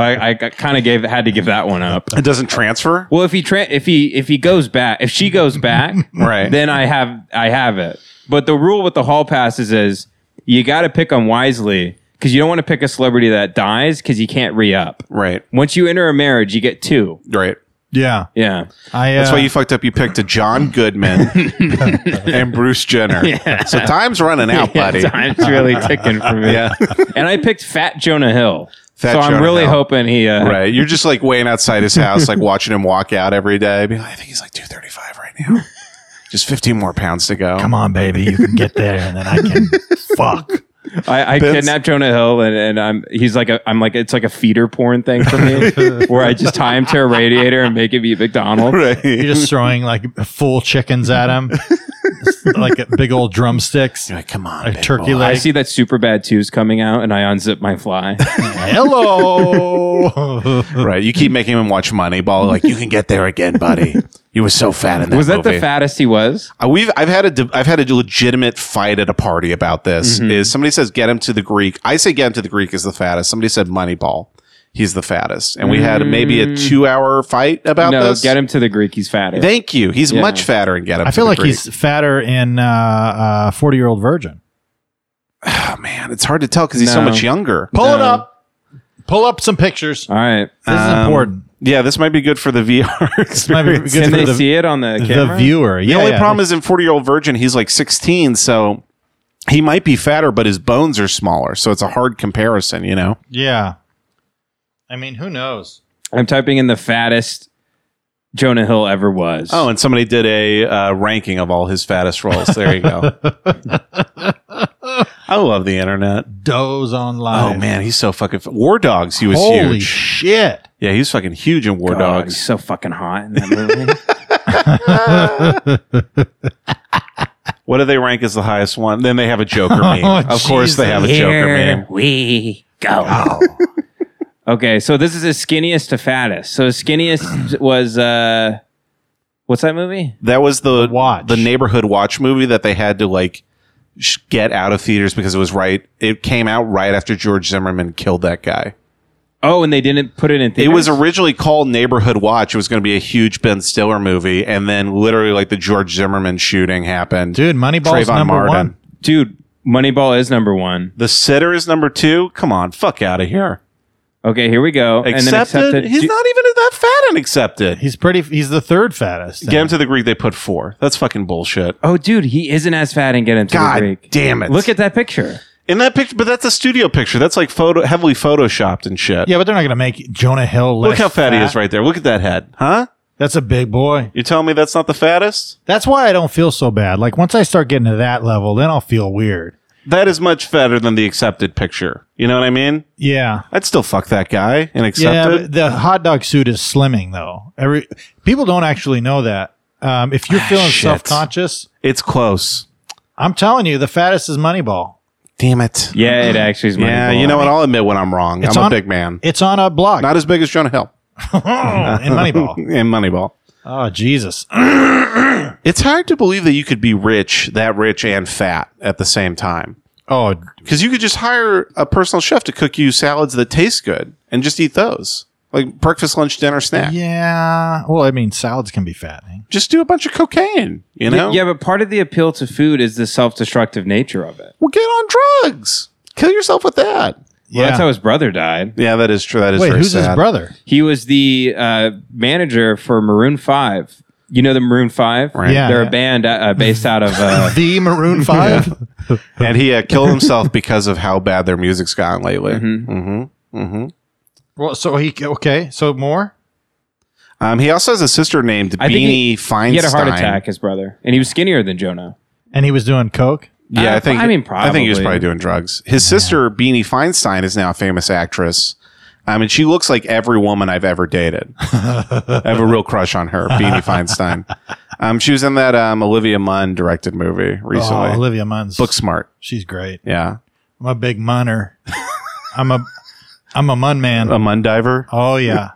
S7: I, I kind of gave had to give that one up.
S1: It doesn't transfer.
S7: Well, if he tra- if he if he goes back, if she goes back,
S1: Right.
S7: then I have I have it. But the rule with the hall passes is you got to pick them wisely because you don't want to pick a celebrity that dies because you can't re up.
S1: Right.
S7: Once you enter a marriage, you get two.
S1: Right.
S2: yeah.
S7: Yeah,
S2: I, uh,
S1: That's why you fucked up. You picked a John Goodman and Bruce Jenner. So time's running out, buddy.
S7: time's really ticking for me.
S1: Yeah.
S7: and I picked Fat Jonah Hill,
S1: Fat
S7: so I'm
S1: Jonah
S7: really
S1: Hill.
S7: hoping he uh,
S1: Right. You're just like waiting outside his house, like watching him walk out every day. Be like, I think he's like 235 right now. Just 15 more pounds to go.
S9: Come on, baby, you can get there, and then I can fuck.
S7: I, I kidnapped Jonah Hill, and, and I'm he's like a I'm like it's like a feeder porn thing for me, where I just tie him to a radiator and make him eat McDonald's.
S1: Right.
S2: you're just throwing like full chickens at him, like big old drumsticks,
S8: Like, come on,
S2: like
S8: big
S2: turkey
S8: boy.
S7: I
S2: legs.
S7: see that Super Bad 2 is coming out, and I unzip my fly.
S2: Hello.
S1: Right. You keep making him watch Moneyball. Like, you
S8: You can get there again, buddy. You were so fat in that
S7: was that
S8: movie.
S7: the fattest he was?
S1: Uh, We've I've had a de- I've had a legitimate fight at a party about this. Is somebody says get him to the Greek? I say get him to the Greek is the fattest. Somebody said Moneyball. He's the fattest, and we had maybe a two-hour fight about
S7: No,
S1: this.
S7: get him to the Greek. He's fatter.
S1: Thank you. He's much fatter in Get Him.
S2: I feel like he's fatter in uh, uh, 40 year old virgin.
S1: Oh man, it's hard to tell because he's so
S7: No.
S1: much younger.
S2: Pull it
S7: No.
S2: up. Pull up some pictures.
S7: All right.
S2: This is
S1: Um,
S2: important.
S1: Yeah, this might be good for the VR
S2: Might be good
S1: experience.
S7: Can
S2: for
S7: they
S2: the,
S7: see it on the
S2: the
S7: camera?
S2: viewer.
S1: The only problem is in 40 year old virgin, he's like 16, so he might be fatter, but his bones are smaller. So it's a hard comparison, you know?
S2: yeah. I mean, who knows?
S7: I'm typing in the fattest Jonah Hill ever was.
S1: Oh, and somebody did a uh, ranking of all his fattest roles. There you go. I love the internet.
S2: Doze online.
S1: Oh man, he's so fucking. F- War Dogs, he was
S2: Holy
S1: huge.
S2: shit.
S1: yeah, he was fucking huge in War
S7: God,
S1: Dogs.
S7: Oh, He's so fucking hot in that movie.
S1: What do they rank as the highest one? Then they have a Joker meme. of course, they have a Joker Oh. meme.
S7: we go. okay, so this is his skinniest to fattest. So his skinniest was uh, what's that movie?
S1: That was the
S2: Watch.
S1: the neighborhood watch movie that they had to like sh- get out of theaters because it was right. It came out right after George Zimmerman killed that guy.
S7: Oh, and they didn't put it in.
S1: It
S7: Theaters?
S1: was originally called Neighborhood Watch. It was going to be a huge Ben Stiller movie, and then literally like the George Zimmerman shooting happened.
S2: Dude, Moneyball's
S1: Trayvon
S2: number
S1: Martin.
S2: one.
S7: dude. Moneyball is number one.
S1: The Sitter is number two. Come on, fuck out of here.
S7: Okay, here we go. And then
S1: Accepted.
S7: accepted.
S1: He's
S7: Do-
S1: not even that fat and accepted.
S2: He's pretty. He's the third fattest.
S1: Get him to the Greek. They put four. That's fucking bullshit.
S7: oh, dude, he isn't as fat and get him to
S1: God
S7: the Greek.
S1: damn it!
S7: Look at that picture.
S1: in that picture, but that's a studio picture. That's like photo heavily photoshopped and shit.
S2: yeah, but they're not going to make Jonah Hill. Less
S1: Look how fat, he is right there. Look at that head. Huh?
S2: That's a big boy.
S1: You telling me that's not the fattest?
S2: That's why I don't feel so bad. Like once I start getting to that level, then I'll feel weird.
S1: That is much fatter than the accepted picture. You know what I mean?
S2: Yeah.
S1: I'd still fuck that guy and
S2: Yeah,
S1: accept
S2: but
S1: it.
S2: the hot dog suit is slimming though. Every people don't actually know that. Um, if
S7: Ah,
S2: you're feeling
S1: shit.
S2: self conscious,
S1: It's close.
S2: I'm telling you, the fattest is Moneyball.
S1: Damn it.
S7: Yeah, it actually is.
S1: Yeah,
S7: Moneyball.
S1: you know what? I'll admit when I'm wrong.
S2: It's
S1: I'm a
S2: on-
S1: big man.
S2: It's on a blog
S1: Not as big as Jonah Hill
S2: in Moneyball.
S1: in Moneyball.
S2: Oh Jesus!
S1: It's hard to believe that you could be rich, that rich and fat at the same time.
S2: Oh,
S1: Because you could just hire a personal chef to cook you salads that taste good and just eat those. Like breakfast, lunch, dinner, snack.
S2: yeah. Well, I mean, salads can be eh? fattening.
S1: Just do a bunch of cocaine, you know?
S7: Yeah, but part of the appeal to food is the self-destructive nature of it.
S1: Well, get on drugs. Kill yourself with that.
S7: Well, that's how his brother died.
S1: Yeah, that is true. That is
S2: Wait,
S1: very
S2: who's
S1: sad.
S2: his brother?
S7: He was the uh, manager for Maroon Five. You know the Maroon Five?
S1: Right.
S2: Yeah,
S7: they're
S2: yeah.
S7: a band uh, uh, based out of. Uh,
S2: The Maroon Five.
S1: And he uh, killed himself because of how bad their music's gotten lately.
S2: Well, so he okay. So more.
S1: Um, he also has a sister named
S7: I think
S1: Beanie
S7: he-
S1: Feinstein.
S7: he had a heart attack, his brother, and he was skinnier than Jonah.
S2: And he was doing coke.
S1: Yeah,
S7: Uh,
S1: I think.
S7: I mean,
S1: I think he was
S7: probably.
S1: probably doing drugs. His sister Beanie Feinstein is now a famous actress. I mean, she looks like every woman I've ever dated. I have a real crush on her, Beanie Feinstein. Um, she was in that um, Olivia Munn directed movie recently.
S2: Oh, Olivia Munn's
S1: Book smart.
S2: She's great.
S1: Yeah,
S2: I'm a big munner. I'm a I'm a mun man.
S1: a Munn diver.
S2: oh yeah.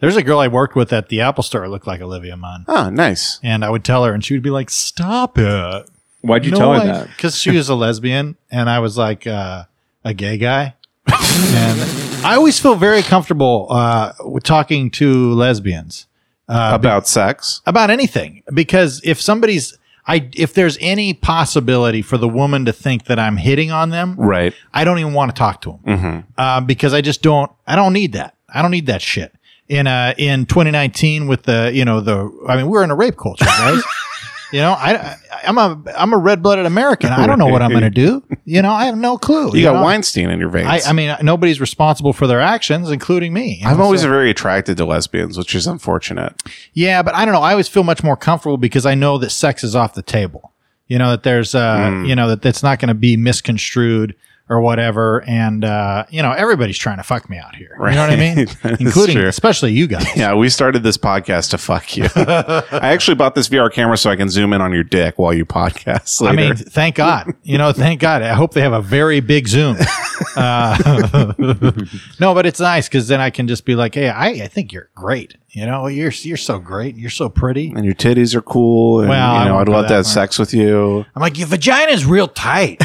S2: There's a girl I worked with at the Apple Store who looked like Olivia Munn,
S1: Oh, nice.
S2: and I would tell her, and she would be like, "Stop it."
S7: Why'd you tell her that?
S2: Because she was a lesbian, and I was like uh, a gay guy. and I always feel very comfortable uh, with talking to lesbians
S7: Uh,
S1: About sex.
S2: about anything because if somebody's I if there's any possibility for the woman to think that I'm hitting on them,
S1: Right.
S2: I don't even want to talk to them
S1: Mm-hmm.
S2: uh, because I just don't. I don't need that. I don't need that shit. In uh, in 2019, with the you know the I mean we're in a rape culture, guys. you know I, I I'm a I'm a red blooded American. I don't know what I'm going to do. You know I have no clue.
S1: You got
S2: know?
S1: Weinstein in your veins.
S2: I, I mean nobody's responsible for their actions, including me. you
S1: I'm
S2: know,
S1: always
S2: so-
S1: very attracted to lesbians, which is unfortunate.
S2: Yeah, but I don't know. I always feel much more comfortable because I know that sex is off the table. You know that there's, uh,
S1: Hmm.
S2: you know that that's not going to be misconstrued or whatever. And uh, you know everybody's trying to fuck me out here. You know what I mean?
S1: Right. That's
S2: Including,
S1: true.
S2: especially you guys.
S1: Yeah, we started this podcast to fuck you. I actually bought this VR camera so I can zoom in on your dick while you podcast
S2: I
S1: later.
S2: mean, thank God. You know, thank God. I hope they have a very big Zoom. Uh, no, but it's nice because then I can just be like, hey, I, I think you're great. You know, you're you're so great. and You're so pretty.
S1: and your titties are cool. And,
S2: Well, I
S1: you know,
S2: won't
S1: I'd
S2: go
S1: love
S2: that
S1: to have
S2: far.
S1: sex with you.
S2: I'm like, your vagina's real tight.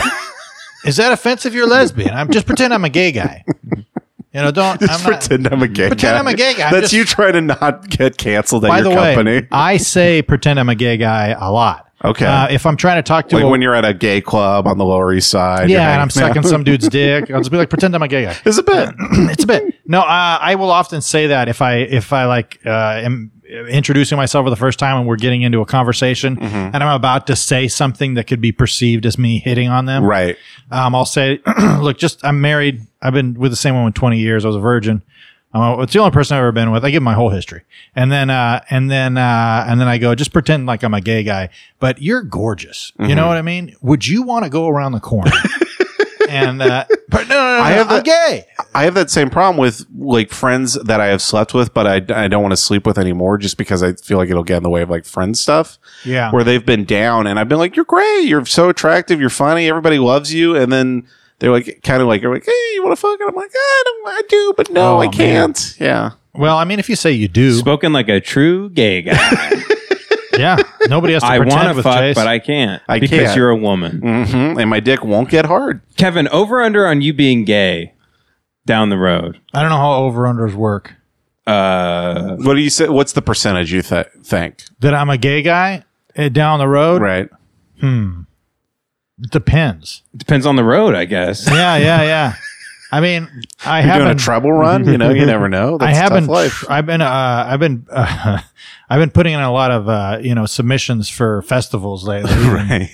S2: Is that offensive? You're a lesbian. I'm just pretend I'm a gay guy. You know, don't
S1: Just
S2: I'm not-
S1: pretend I'm a gay
S2: Pretend
S1: guy.
S2: I'm a gay guy. I'm
S1: That's
S2: just-
S1: you trying to not get canceled at
S2: By
S1: your
S2: the
S1: company.
S2: way, I say pretend I'm a gay guy a lot.
S1: Okay.
S2: Uh, if I'm trying to talk to
S1: like
S2: a,
S1: when you're at a gay club on the Lower East Side. you're
S2: yeah, and
S1: hanging
S2: I'm sucking
S1: out.
S2: some dude's dick, I'll just be like, pretend I'm a gay guy.
S1: It's a bit.
S2: it's a bit. No, uh, I will often say that if I if I like uh, am introducing myself for the first time and we're getting into a conversation
S1: Mm-hmm.
S2: and I'm about to say something that could be perceived as me hitting on them,
S1: right.
S2: um, I'll say, look, just I'm married. I've been with the same woman 20 years. I was a virgin. Um, it's the only person I've ever been with. I give my whole history, and then uh, and then uh, and then I go just pretend like I'm a gay guy. But you're gorgeous.
S1: Mm-hmm.
S2: You know what I mean? Would you want to go around the corner? and uh, but no, no, no,
S1: I have
S2: I'm
S1: the-
S2: gay.
S1: I have that same problem with like friends that I have slept with, but I, I don't want to sleep with anymore just because I feel like it'll get in the way of like friend stuff.
S2: Yeah.
S1: Where they've been down and I've been like, you're great. You're so attractive. You're funny. Everybody loves you. And then they're like, kind of like, you're like, hey, you want to fuck? And I'm like, I, don't, I do, but no,
S2: Oh,
S1: I
S2: man.
S1: can't. Yeah.
S2: Well, I mean, if you say you do,
S7: Spoken like a true gay guy.
S2: yeah, nobody has to
S7: I
S2: pretend
S7: want to
S2: with
S7: fuck,
S2: Chase.
S7: but I can't
S1: I
S7: because
S1: can't.
S7: you're a woman.
S1: hmm And my dick won't get hard.
S7: Kevin, over under on you being gay down the road.
S2: I don't know how over unders work.
S7: Uh,
S1: What do you say? What's the percentage you th- think?
S2: That I'm a gay guy eh, down the road
S1: Right.
S2: It depends.
S7: depends on the road, I guess.
S2: Yeah, yeah, yeah. I mean, I
S1: You're doing a
S2: haven't.
S1: treble run. You know, you never know.
S2: I
S1: That's tough
S2: haven't.
S1: life.
S2: I've been. Uh, I've been. Uh, I've been putting in a lot of uh, you know submissions for festivals lately.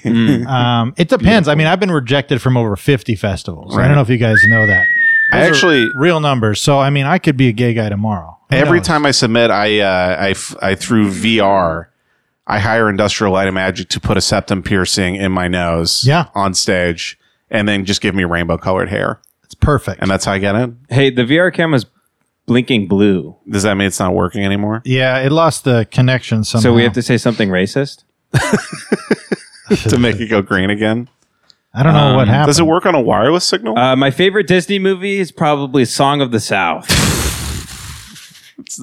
S2: Um, it depends. I mean, I've been rejected from over fifty festivals. I
S1: Right.
S2: don't know if you guys know that.
S1: I
S2: Those are
S1: actually,
S2: real numbers. So I mean, I could be a gay guy tomorrow. Who
S1: Every
S2: knows?
S1: time I submit, I, uh, I, f- I through VR, I hire Industrial Light and Magic to put a septum piercing in my nose
S2: Yeah.
S1: on stage and then just give me rainbow colored hair.
S2: it's perfect.
S1: And that's how I get in.
S7: Hey, the VR camera's blinking blue,
S1: Does that mean it's not working anymore?
S2: yeah, it lost the connection somehow.
S7: so we have to say something racist.
S1: to make it go green again?
S2: I don't know what happened.
S1: Does it work on a wireless signal?
S7: Uh, my favorite Disney movie is probably "Song of the South."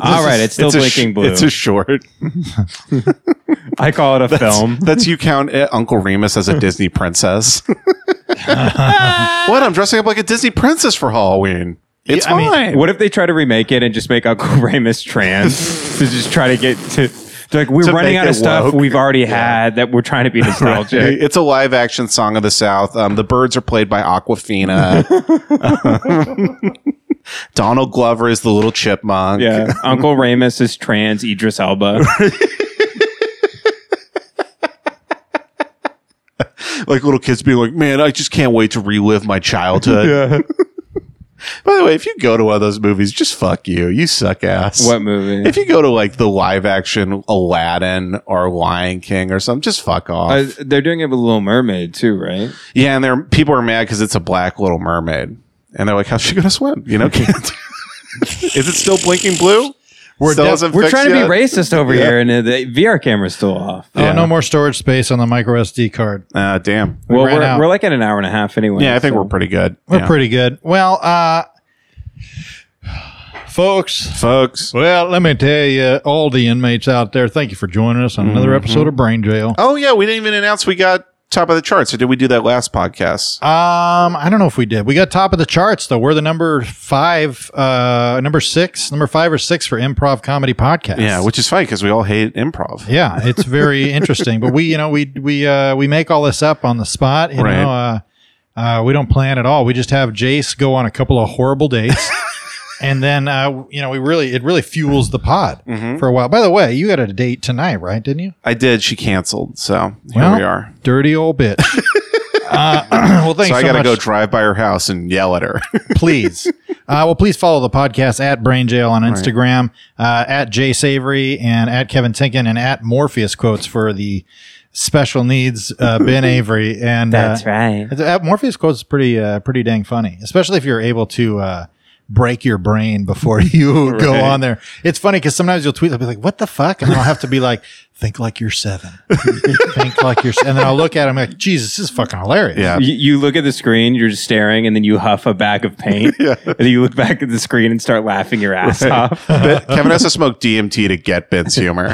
S7: All right, it's still
S1: a
S7: blinking
S1: sh-
S7: blue.
S1: It's a short.
S7: I call it a film.
S1: That's you count uh, Uncle Remus as a Disney princess. what? I'm dressing up like a Disney princess for Halloween. It's
S2: I mean,
S1: fine.
S7: What if they try to remake it and just make Uncle Remus trans to just try to get to? to like we're
S1: To
S7: running
S1: make
S7: out
S1: it
S7: of stuff
S1: woke.
S7: we've already had that we're trying to be nostalgic.
S1: It's a live action song of the South. Um, the birds are played by Aquafina. Donald Glover is the little chipmunk.
S7: Yeah, Uncle Remus is trans Idris Elba.
S1: Like little kids being like, man, I just can't wait to relive my childhood. By the way, if you go to one of those movies, just fuck you. You suck ass.
S7: What movie?
S1: If you go to like the live action Aladdin or Lion King or something, just fuck off.
S7: Uh, they're doing it with Little Mermaid too, right?
S1: yeah, and there people are mad because it's a black Little Mermaid, and they're like, "How's she gonna swim?" You know, can't. Is it still blinking blue? We're
S7: We're trying to be racist over here, and uh, the VR camera's still off.
S2: Oh, no more storage space on the micro SD card.
S1: Uh, damn.
S7: well,
S2: ran
S7: we're,
S2: out.
S7: we're like at an hour and a half anyway.
S1: yeah, I think
S7: so-
S1: we're pretty good.
S2: We're
S1: Yeah.
S2: pretty good. Well, uh, folks,
S1: folks.
S2: Well, let me tell you, all the inmates out there, thank you for joining us on
S1: Mm-hmm.
S2: another episode of Brain Jail.
S1: Oh yeah, we didn't even announce we got top of the charts. Or did we do that last podcast?
S2: Um, I don't know if we did. We got top of the charts though. We're the number five, uh, number six, number five or six for improv comedy podcast.
S1: yeah, which is funny because we all hate improv.
S2: yeah, it's very interesting. But we, you know, we we uh, we make all this up on the spot. You
S1: Right.
S2: know, uh, uh, we don't plan at all. We just have Jace go on a couple of horrible dates. And then uh, you know we really it really fuels the pod
S1: Mm-hmm.
S2: for a while. By the way, you got a date tonight, right? Didn't you?
S1: I did. She canceled, so here
S2: Well,
S1: we are.
S2: Dirty old bitch. uh, well, thanks so,
S1: So I got to
S2: much.
S1: go drive by her house and yell at her.
S2: please. Uh, well, please follow the podcast at Brain Jail on Instagram, uh, at Jay Savory and at Kevin Tinkin and at Morpheus Quotes for the special needs uh, Ben Avery. And
S7: That's
S2: uh,
S7: right.
S2: it's- At Morpheus Quotes is pretty, uh, pretty dang funny, especially if you're able to. Uh, break your brain before you go on there it's funny because sometimes you'll tweet i'll be like what the fuck and i'll have to be like think like you're seven think like you're se-" and then i'll look at him like jesus this is fucking hilarious
S1: yeah.
S7: You, you look at the screen, you're just staring, and then you huff a bag of paint, and then you look back at the screen and start laughing your ass off.
S1: But Kevin has to smoke DMT to get Ben's humor.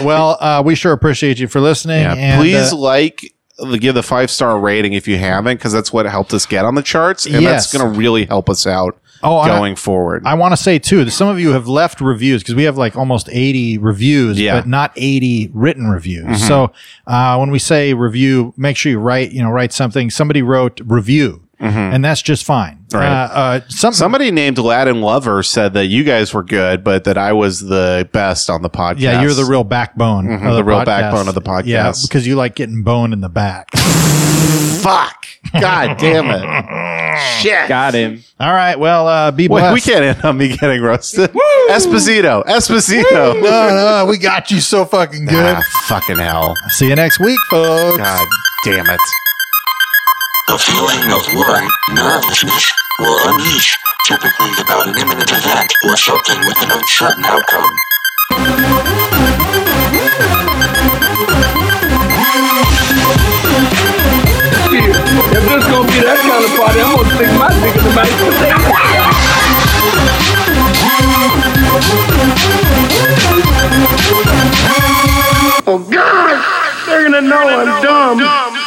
S2: well uh, we sure appreciate you for listening
S1: Yeah.
S2: and, uh,
S1: Please like the- give the five star rating if you haven't, because that's what helped us get on the charts, and
S2: Yes.
S1: that's going to really help us out
S2: Oh, and I-
S1: going forward.
S2: I want to say too that some of you have left reviews because we have like almost 80 reviews,
S1: Yeah. Mm-hmm.
S2: but not 80 written reviews. So uh, when we say review, make sure you write, you know, write something. Somebody wrote review, and that's just fine.
S1: Mm-hmm. Right.
S2: Uh, uh, some,
S1: Somebody named Latin Lover said that you guys were good, but that I was the best on the podcast.
S2: yeah, you're the real backbone,
S1: Mhm,
S2: of
S1: the real backbone of the
S2: Yeah,
S1: podcast.
S2: because you like getting boned in the back.
S1: fuck. God damn it. Shit.
S7: Got him.
S2: All right, well, uh, be
S1: Wait,
S2: blessed.
S1: we can't end on me getting roasted. Esposito. Esposito.
S2: no, no, we got you so fucking good.
S1: Ah, fucking hell.
S2: See you next week, folks.
S1: God damn it.
S4: The feeling of worry, nervousness, or unease, typically about an imminent event or something with an uncertain outcome.
S5: If this gonna be that kind of party, I'm gonna stick my dick in the back of the table. Oh God, they're gonna know I'm dumb.